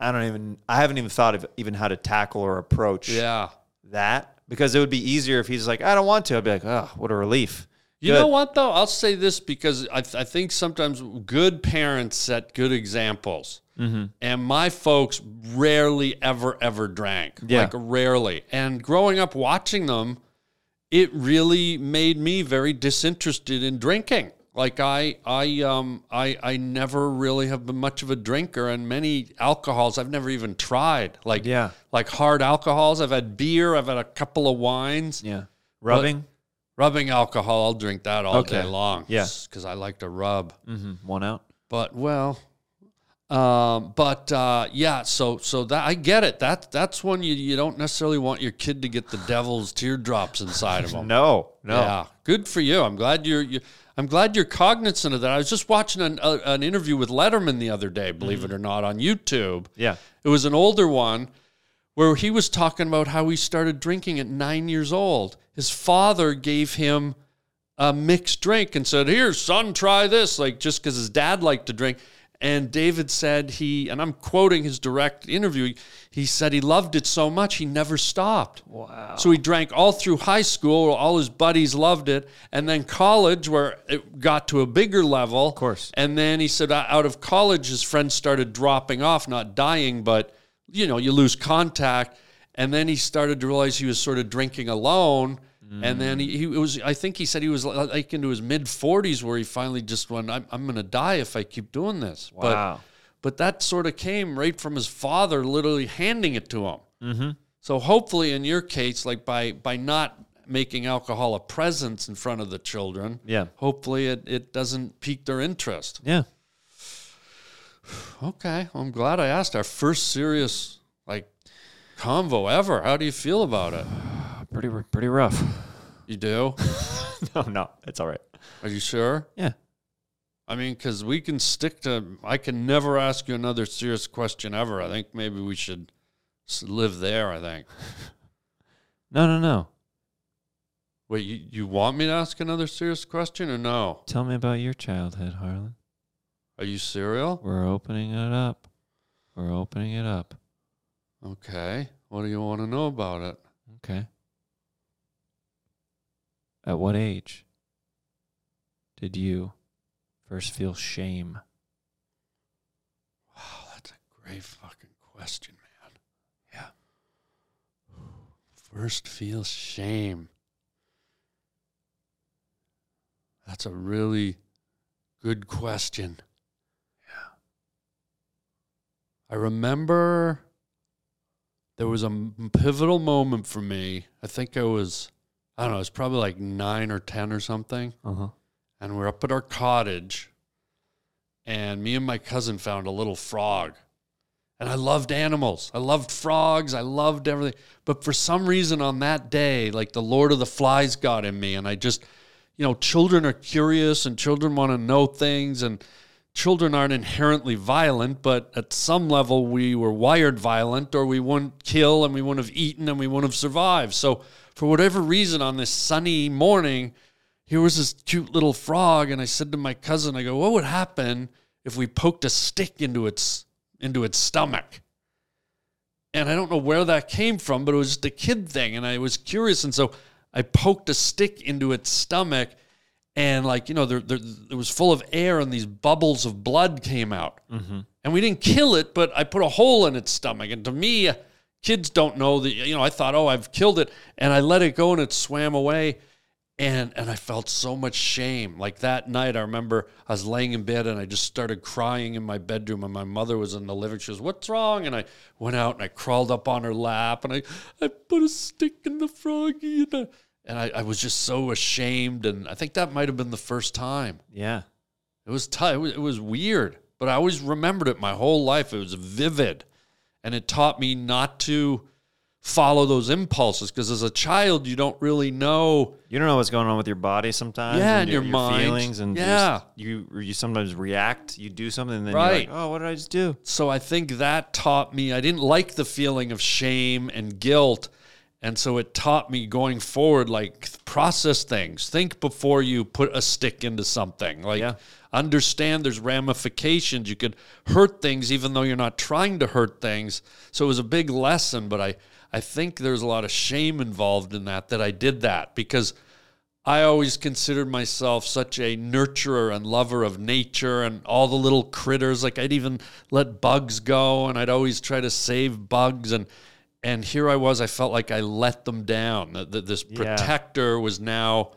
I don't even I haven't even thought of even how to tackle or approach Yeah. that because it would be easier if he's like, I don't want to. I'd be like, oh, what a relief. You Good. know what, though? I'll say this because I, I think sometimes good parents set good examples. Mm-hmm. And my folks rarely, ever, ever drank. Yeah. Like, rarely. And growing up watching them, it really made me very disinterested in drinking. Like I, I, um, I, I never really have been much of a drinker, and many alcohols I've never even tried. Like, Yeah. like hard alcohols. I've had beer. I've had a couple of wines. Yeah. Rubbing Rubbing alcohol, I'll drink that all Okay. day long. Yeah. Mm. because I like to rub. Hmm, one out. But well, um, but uh, yeah. So so that I get it. That that's one you you don't necessarily want your kid to get the devil's teardrops inside of them. No, no. Yeah, good for you. I'm glad you're. You, I'm glad you're cognizant of that. I was just watching an, uh, an interview with Letterman the other day, believe it or not, on YouTube. Mm. Yeah. It was an older one where he was talking about how he started drinking at nine years old. His father gave him a mixed drink and said, Here, son, try this, like just because his dad liked to drink. And David said he, and I'm quoting his direct interview, he- he said he loved it so much he never stopped. Wow. So he drank all through high school, where all his buddies loved it. And then college, where it got to a bigger level. Of course. And then he said uh, out of college, his friends started dropping off, not dying, but you know, you lose contact. And then he started to realize he was sort of drinking alone. And then he, he was, I think he said he was li- like into his mid 40s where he finally just went, I'm, I'm going to die if I keep doing this. Wow. But, but that sort of came right from his father literally handing it to him. Mm-hmm. So hopefully, in your case, like by by not making alcohol a presence in front of the children, Yeah. Hopefully, it it doesn't pique their interest. Yeah. Okay, well, I'm glad I asked. Our first serious like convo ever. How do you feel about it? Pretty r- pretty rough. You do? no, no. It's all right. Are you sure? Yeah. I- I mean, because we can stick to. I can never ask you another serious question ever. I think maybe we should s- live there. I think. No, no, no. Wait, you, you want me to ask another serious question or no? Tell me about your childhood, Harlan. Are you serial? We're opening it up. We're opening it up. Okay. What do you want to know about it? Okay. At what age did you first feel shame? Wow, Oh, that's a great fucking question, man. Yeah. First, feel shame. That's a really good question. Yeah. I remember there was a m- pivotal moment for me. I think I was, I don't know, it's probably like nine or 10 or something Uh huh. and we're up at our cottage and me and my cousin found a little frog and i loved animals i loved frogs i loved everything but for some reason on that day like the lord of the flies got in me and i just you know children are curious and children want to know things and children aren't inherently violent but at some level we were wired violent or we wouldn't kill and we wouldn't have eaten and we wouldn't have survived so for whatever reason on this sunny morning here was this cute little frog and i said to my cousin i go what would happen if we poked a stick into its into its stomach and i don't know where that came from but it was just a kid thing and i was curious and so i poked a stick into its stomach and like you know there, there, it was full of air and these bubbles of blood came out and we didn't kill it, but I put a hole in its stomach. And to me, kids don't know that, you know, I thought, oh, I've killed it. And I let it go and it swam away. And, and I felt so much shame. Like that night, I remember I was laying in bed and I just started crying in my bedroom. And my mother was in the living room. She was, What's wrong? And I went out and I crawled up on her lap and I, I put a stick in the froggy. And I, and I, I was just so ashamed. And I think that might have been the first time. Yeah. It was tough. It was, it was weird, but I always remembered it my whole life. It was vivid, and it taught me not to follow those impulses because as a child you don't really know. You don't know what's going on with your body sometimes. Yeah, and your mind. feelings, and Yeah. just- you you sometimes react. You do something, and then Right. you're like, "Oh, what did I just do?" So I think that taught me. I didn't like the feeling of shame and guilt, and so it taught me going forward, like process things, think before you put a stick into something, like. Understand there's ramifications. You could hurt things even though you're not trying to hurt things. So it was a big lesson, but I, I think there's a lot of shame involved in that that I did that because I always considered myself such a nurturer and lover of nature and all the little critters. Like I'd even let bugs go and I'd always try to save bugs and and here I was, I felt like I let them down. That that this protector was now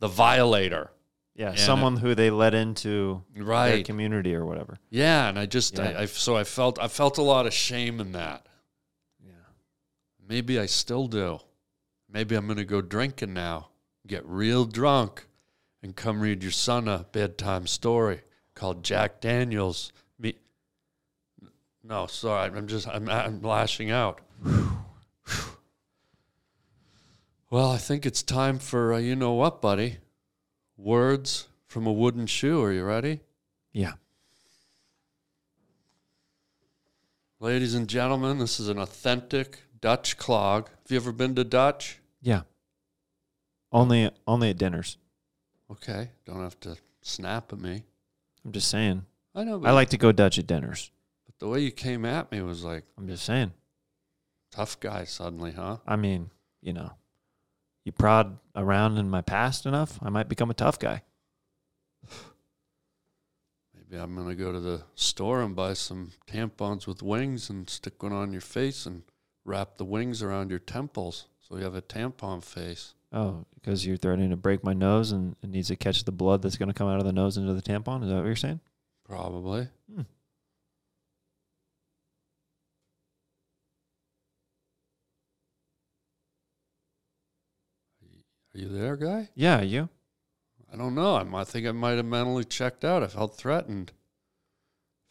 the violator. Yeah, someone who they let into their Right. community or whatever. Yeah, and I just I, I so I felt I felt a lot of shame in that. Yeah. Maybe I still do. Maybe I'm gonna go drinking now, get real drunk, and come read your son a bedtime story called Jack Daniels. Me. No, sorry, I'm just I'm I'm lashing out. Whew. Well, I think it's time for uh, you know what, buddy. Words from a wooden shoe. Are you ready? Yeah. Ladies and gentlemen, this is an authentic Dutch clog. Have you ever been to Dutch? Yeah. Only only at dinners. Okay, don't have to snap at me. I'm just saying. I know, but, I like to go Dutch at dinners. but the way you came at me was like I'm just saying. tough guy suddenly, huh? I mean, you know, you prod around in my past enough, I might become a tough guy. Maybe I'm gonna go to the store and buy some tampons with wings and stick one on your face and wrap the wings around your temples so you have a tampon face. Oh, because you're threatening to break my nose and it needs to catch the blood that's going to come out of the nose into the tampon. Is that what you're saying? Probably. Hmm. Are you there, guy? Yeah, you. I don't know. I'm, I think I might have mentally checked out. I felt threatened.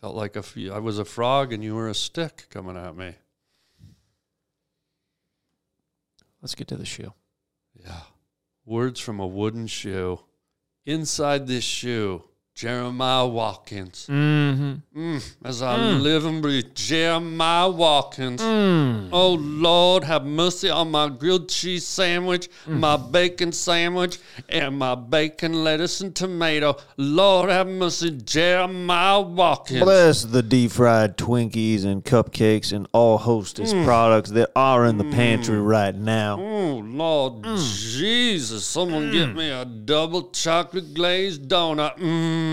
Felt like if you- I was a frog and you were a stick coming at me. Let's get to the shoe. Yeah. Words from a wooden shoe. Inside this shoe Jeremiah Watkins. Mm-hmm. Mm. as I live and breathe, Jeremiah Watkins. Oh Lord, have mercy on my grilled cheese sandwich, my bacon sandwich, and my bacon, lettuce, and tomato. Lord, have mercy, Jeremiah Watkins. Bless the deep fried Twinkies and cupcakes and all hostess products that are in the pantry right now. Oh Lord Jesus! Someone get me a double chocolate glazed donut. Mm.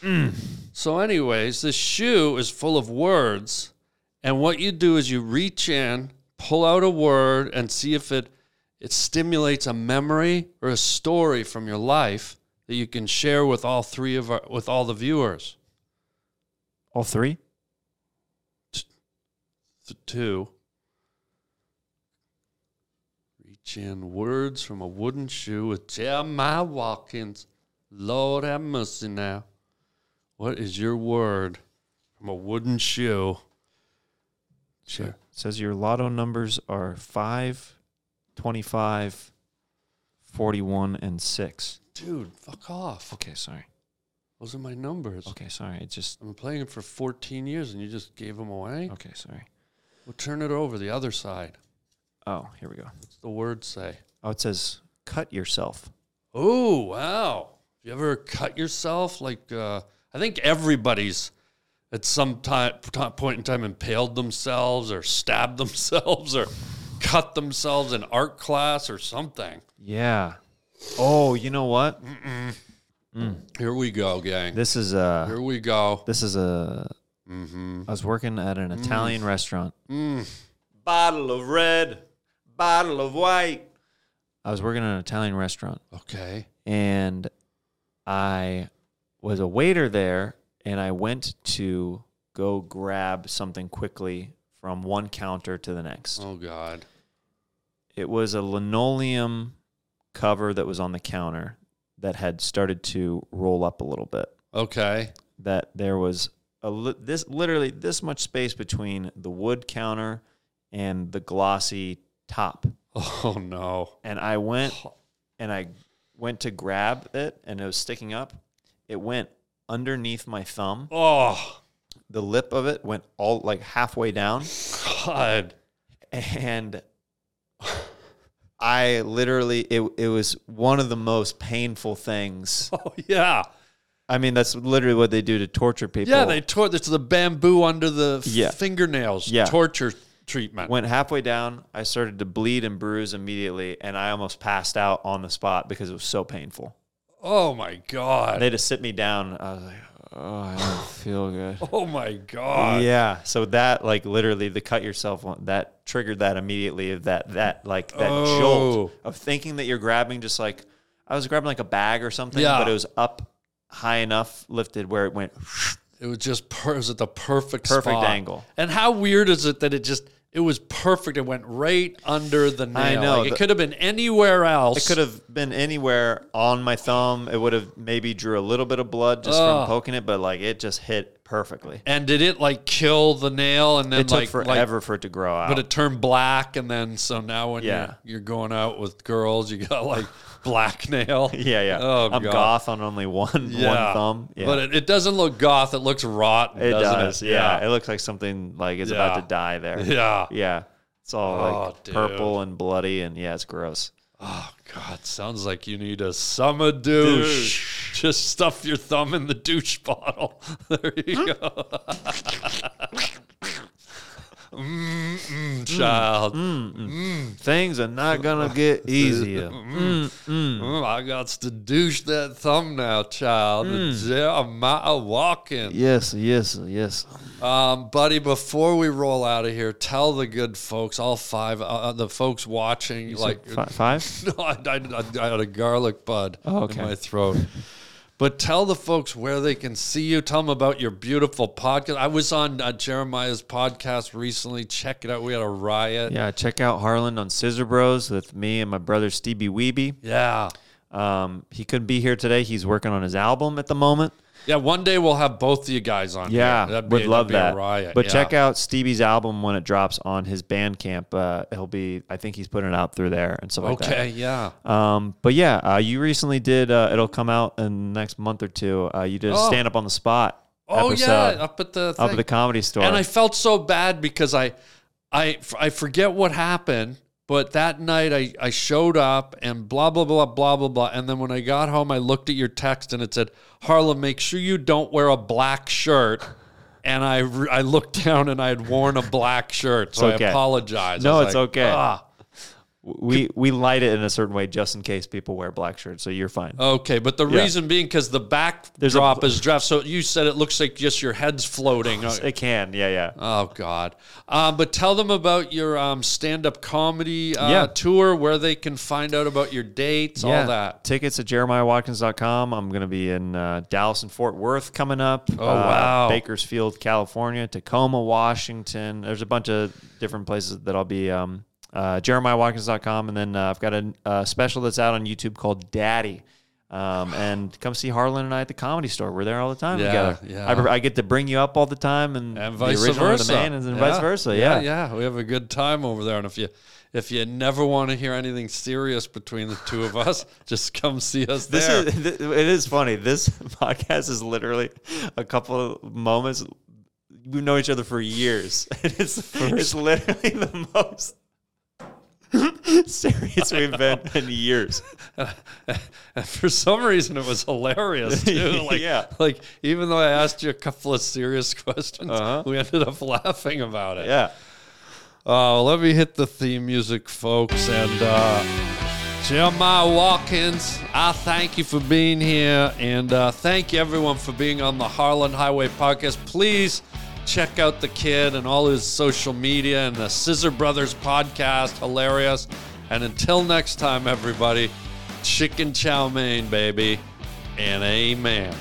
Mm. So, anyways, the shoe is full of words, and what you do is you reach in, pull out a word, and see if it it stimulates a memory or a story from your life that you can share with all three of our with all the viewers. All three? the two. Reach in words from a wooden shoe with Jeremiah Watkins. Lord have mercy now. What is your word from a wooden shoe? Sure. says your lotto numbers are 5, 25, 41, and 6. Dude, fuck off. Okay, sorry. Those are my numbers. Okay, sorry. It just. I've been playing it for 14 years and you just gave them away? Okay, sorry. Well, turn it over the other side. Oh, here we go. What's the word say? Oh, it says cut yourself. Oh wow! You ever cut yourself? Like uh, I think everybody's at some time, point in time impaled themselves or stabbed themselves or cut themselves in art class or something. Yeah. Oh, you know what? Here we go, gang. This is a. Here we go. This is a. I was working at an Italian restaurant. Mm. Bottle of red, bottle of white. I was working at an Italian restaurant. Okay. and I was a waiter there, and I went to go grab something quickly from one counter to the next. Oh God. It was a linoleum cover that was on the counter that had started to roll up a little bit. Okay. That there was a li- this literally this much space between the wood counter and the glossy top Oh no. and I went and I went to grab it and it was sticking up. It went underneath my thumb. Oh The lip of it went all like halfway down God. and I literally it it was one of the most painful things. Oh yeah. I mean, that's literally what they do to torture people. Yeah, they tore. It's the bamboo under the f- Yeah. fingernails. Yeah. Torture treatment. went halfway down. I started to bleed and bruise immediately and I almost passed out on the spot because it was so painful. oh my God. They had to sit me down. I was like, "Oh, I don't feel good." oh my God. yeah so that like literally the cut yourself one that triggered that immediately of that that like that jolt Oh. of thinking that you're grabbing just like i was grabbing like a bag or something Yeah. but it was up high enough lifted where it went It was just per- it was at the perfect Perfect spot. angle. And how weird is it that it just it was perfect. It went right under the nail. I know, Like, the- it could have been anywhere else. it could have been anywhere on my thumb it would have maybe drew a little bit of blood just from Ugh. poking it but like it just hit perfectly And did it like kill the nail and then it took like like- forever for it to grow out but it turned black and then so now when Yeah. you're, you're going out with girls, you got like black nail. yeah yeah Oh i'm God. goth on only one Yeah. one thumb yeah But it, it doesn't look goth. It looks rotten. It doesn't does. Yeah. It looks like something like is about Yeah. to die there. Yeah. Yeah. It's all Oh, like dude. purple and bloody and yeah, it's gross. Oh God, sounds like you need a summer douche. Just stuff your thumb in the douche bottle. There you go. Mm-mm, child. Things are not gonna get easier. Mm, I got to douche that thumb now, child. Jeremiah Watkins. Yes, yes, yes. Um, buddy, before we roll out of here, tell the good folks, all five, uh, uh, the folks watching, like Fi- Five? No, I, I, I had a garlic bud Oh, okay. in my throat. But tell the folks where they can see you. Tell them about your beautiful podcast. I was on uh, Jeremiah's podcast recently. Check it out. We had a riot. Yeah, check out Harlan on Scissor Bros with me and my brother Stevie Weeby. Yeah. Um, he couldn't be here today. He's working on his album at the moment. Yeah, one day we'll have both of you guys on. Yeah, here. That'd be, would love that'd that. be A riot. But yeah. check out Stevie's album when it drops on his Bandcamp. Uh, he'll be, I think he's putting it out through there and stuff like that. Okay, yeah. Um, but yeah, uh, you recently did. Uh, it'll come out in the next month or two. Uh, you did a Oh. stand up on the spot. Oh episode yeah, up at the up thing. at the comedy store. And I felt so bad because I, I, I forget what happened, but that night I, I showed up and blah, blah, blah, blah, blah, blah. And then when I got home, I looked at your text and it said, Harlem, make sure you don't wear a black shirt. And I, re- I looked down and I had worn a black shirt. So okay. I apologize. No, I was it's like, okay. "Ah." we we light it in a certain way just in case people wear black shirts. So you're fine. Okay, but the Yeah. reason being because the backdrop There's a bl- Oh, is draft. So you said it looks like just your head's floating. Uh, It can. Yeah, yeah. Oh God! Um, but tell them about your um, stand-up comedy uh, Yeah. tour, where they can find out about your dates, all that. Tickets at jeremiahwatkins.com. I'm going to be in uh, Dallas and Fort Worth coming up. Oh, wow. Bakersfield, California, Tacoma, Washington. There's a bunch of different places that I'll be. Um, uh, jeremiahwatkins.com. And then uh, I've got a, a special that's out on YouTube called Daddy. Um, and come see Harlan and I at the comedy store. We're there all the time Yeah, together. yeah. I, I get to bring you up all the time and, And vice the original and versa, the man, and then vice versa. Yeah. yeah, We have a good time over there, and if you if you never want to hear anything serious between the two of us, just come see us This there. is th- it is funny. This podcast is literally a couple of moments we've known each other for years. And it's it's literally the most serious we've been in years. And for some reason, it was hilarious too. Like, Yeah. like even though I asked you a couple of serious questions, Uh-huh. we ended up laughing about it. Yeah. Uh, let me hit the theme music, folks. And uh, Jeremiah Watkins, I thank you for being here. And uh, thank you, everyone, for being on the Harlan Highway podcast. Please check out the kid and all his social media and the Scissor Brothers podcast. Hilarious. And until next time, everybody, chicken chow mein, baby. And amen.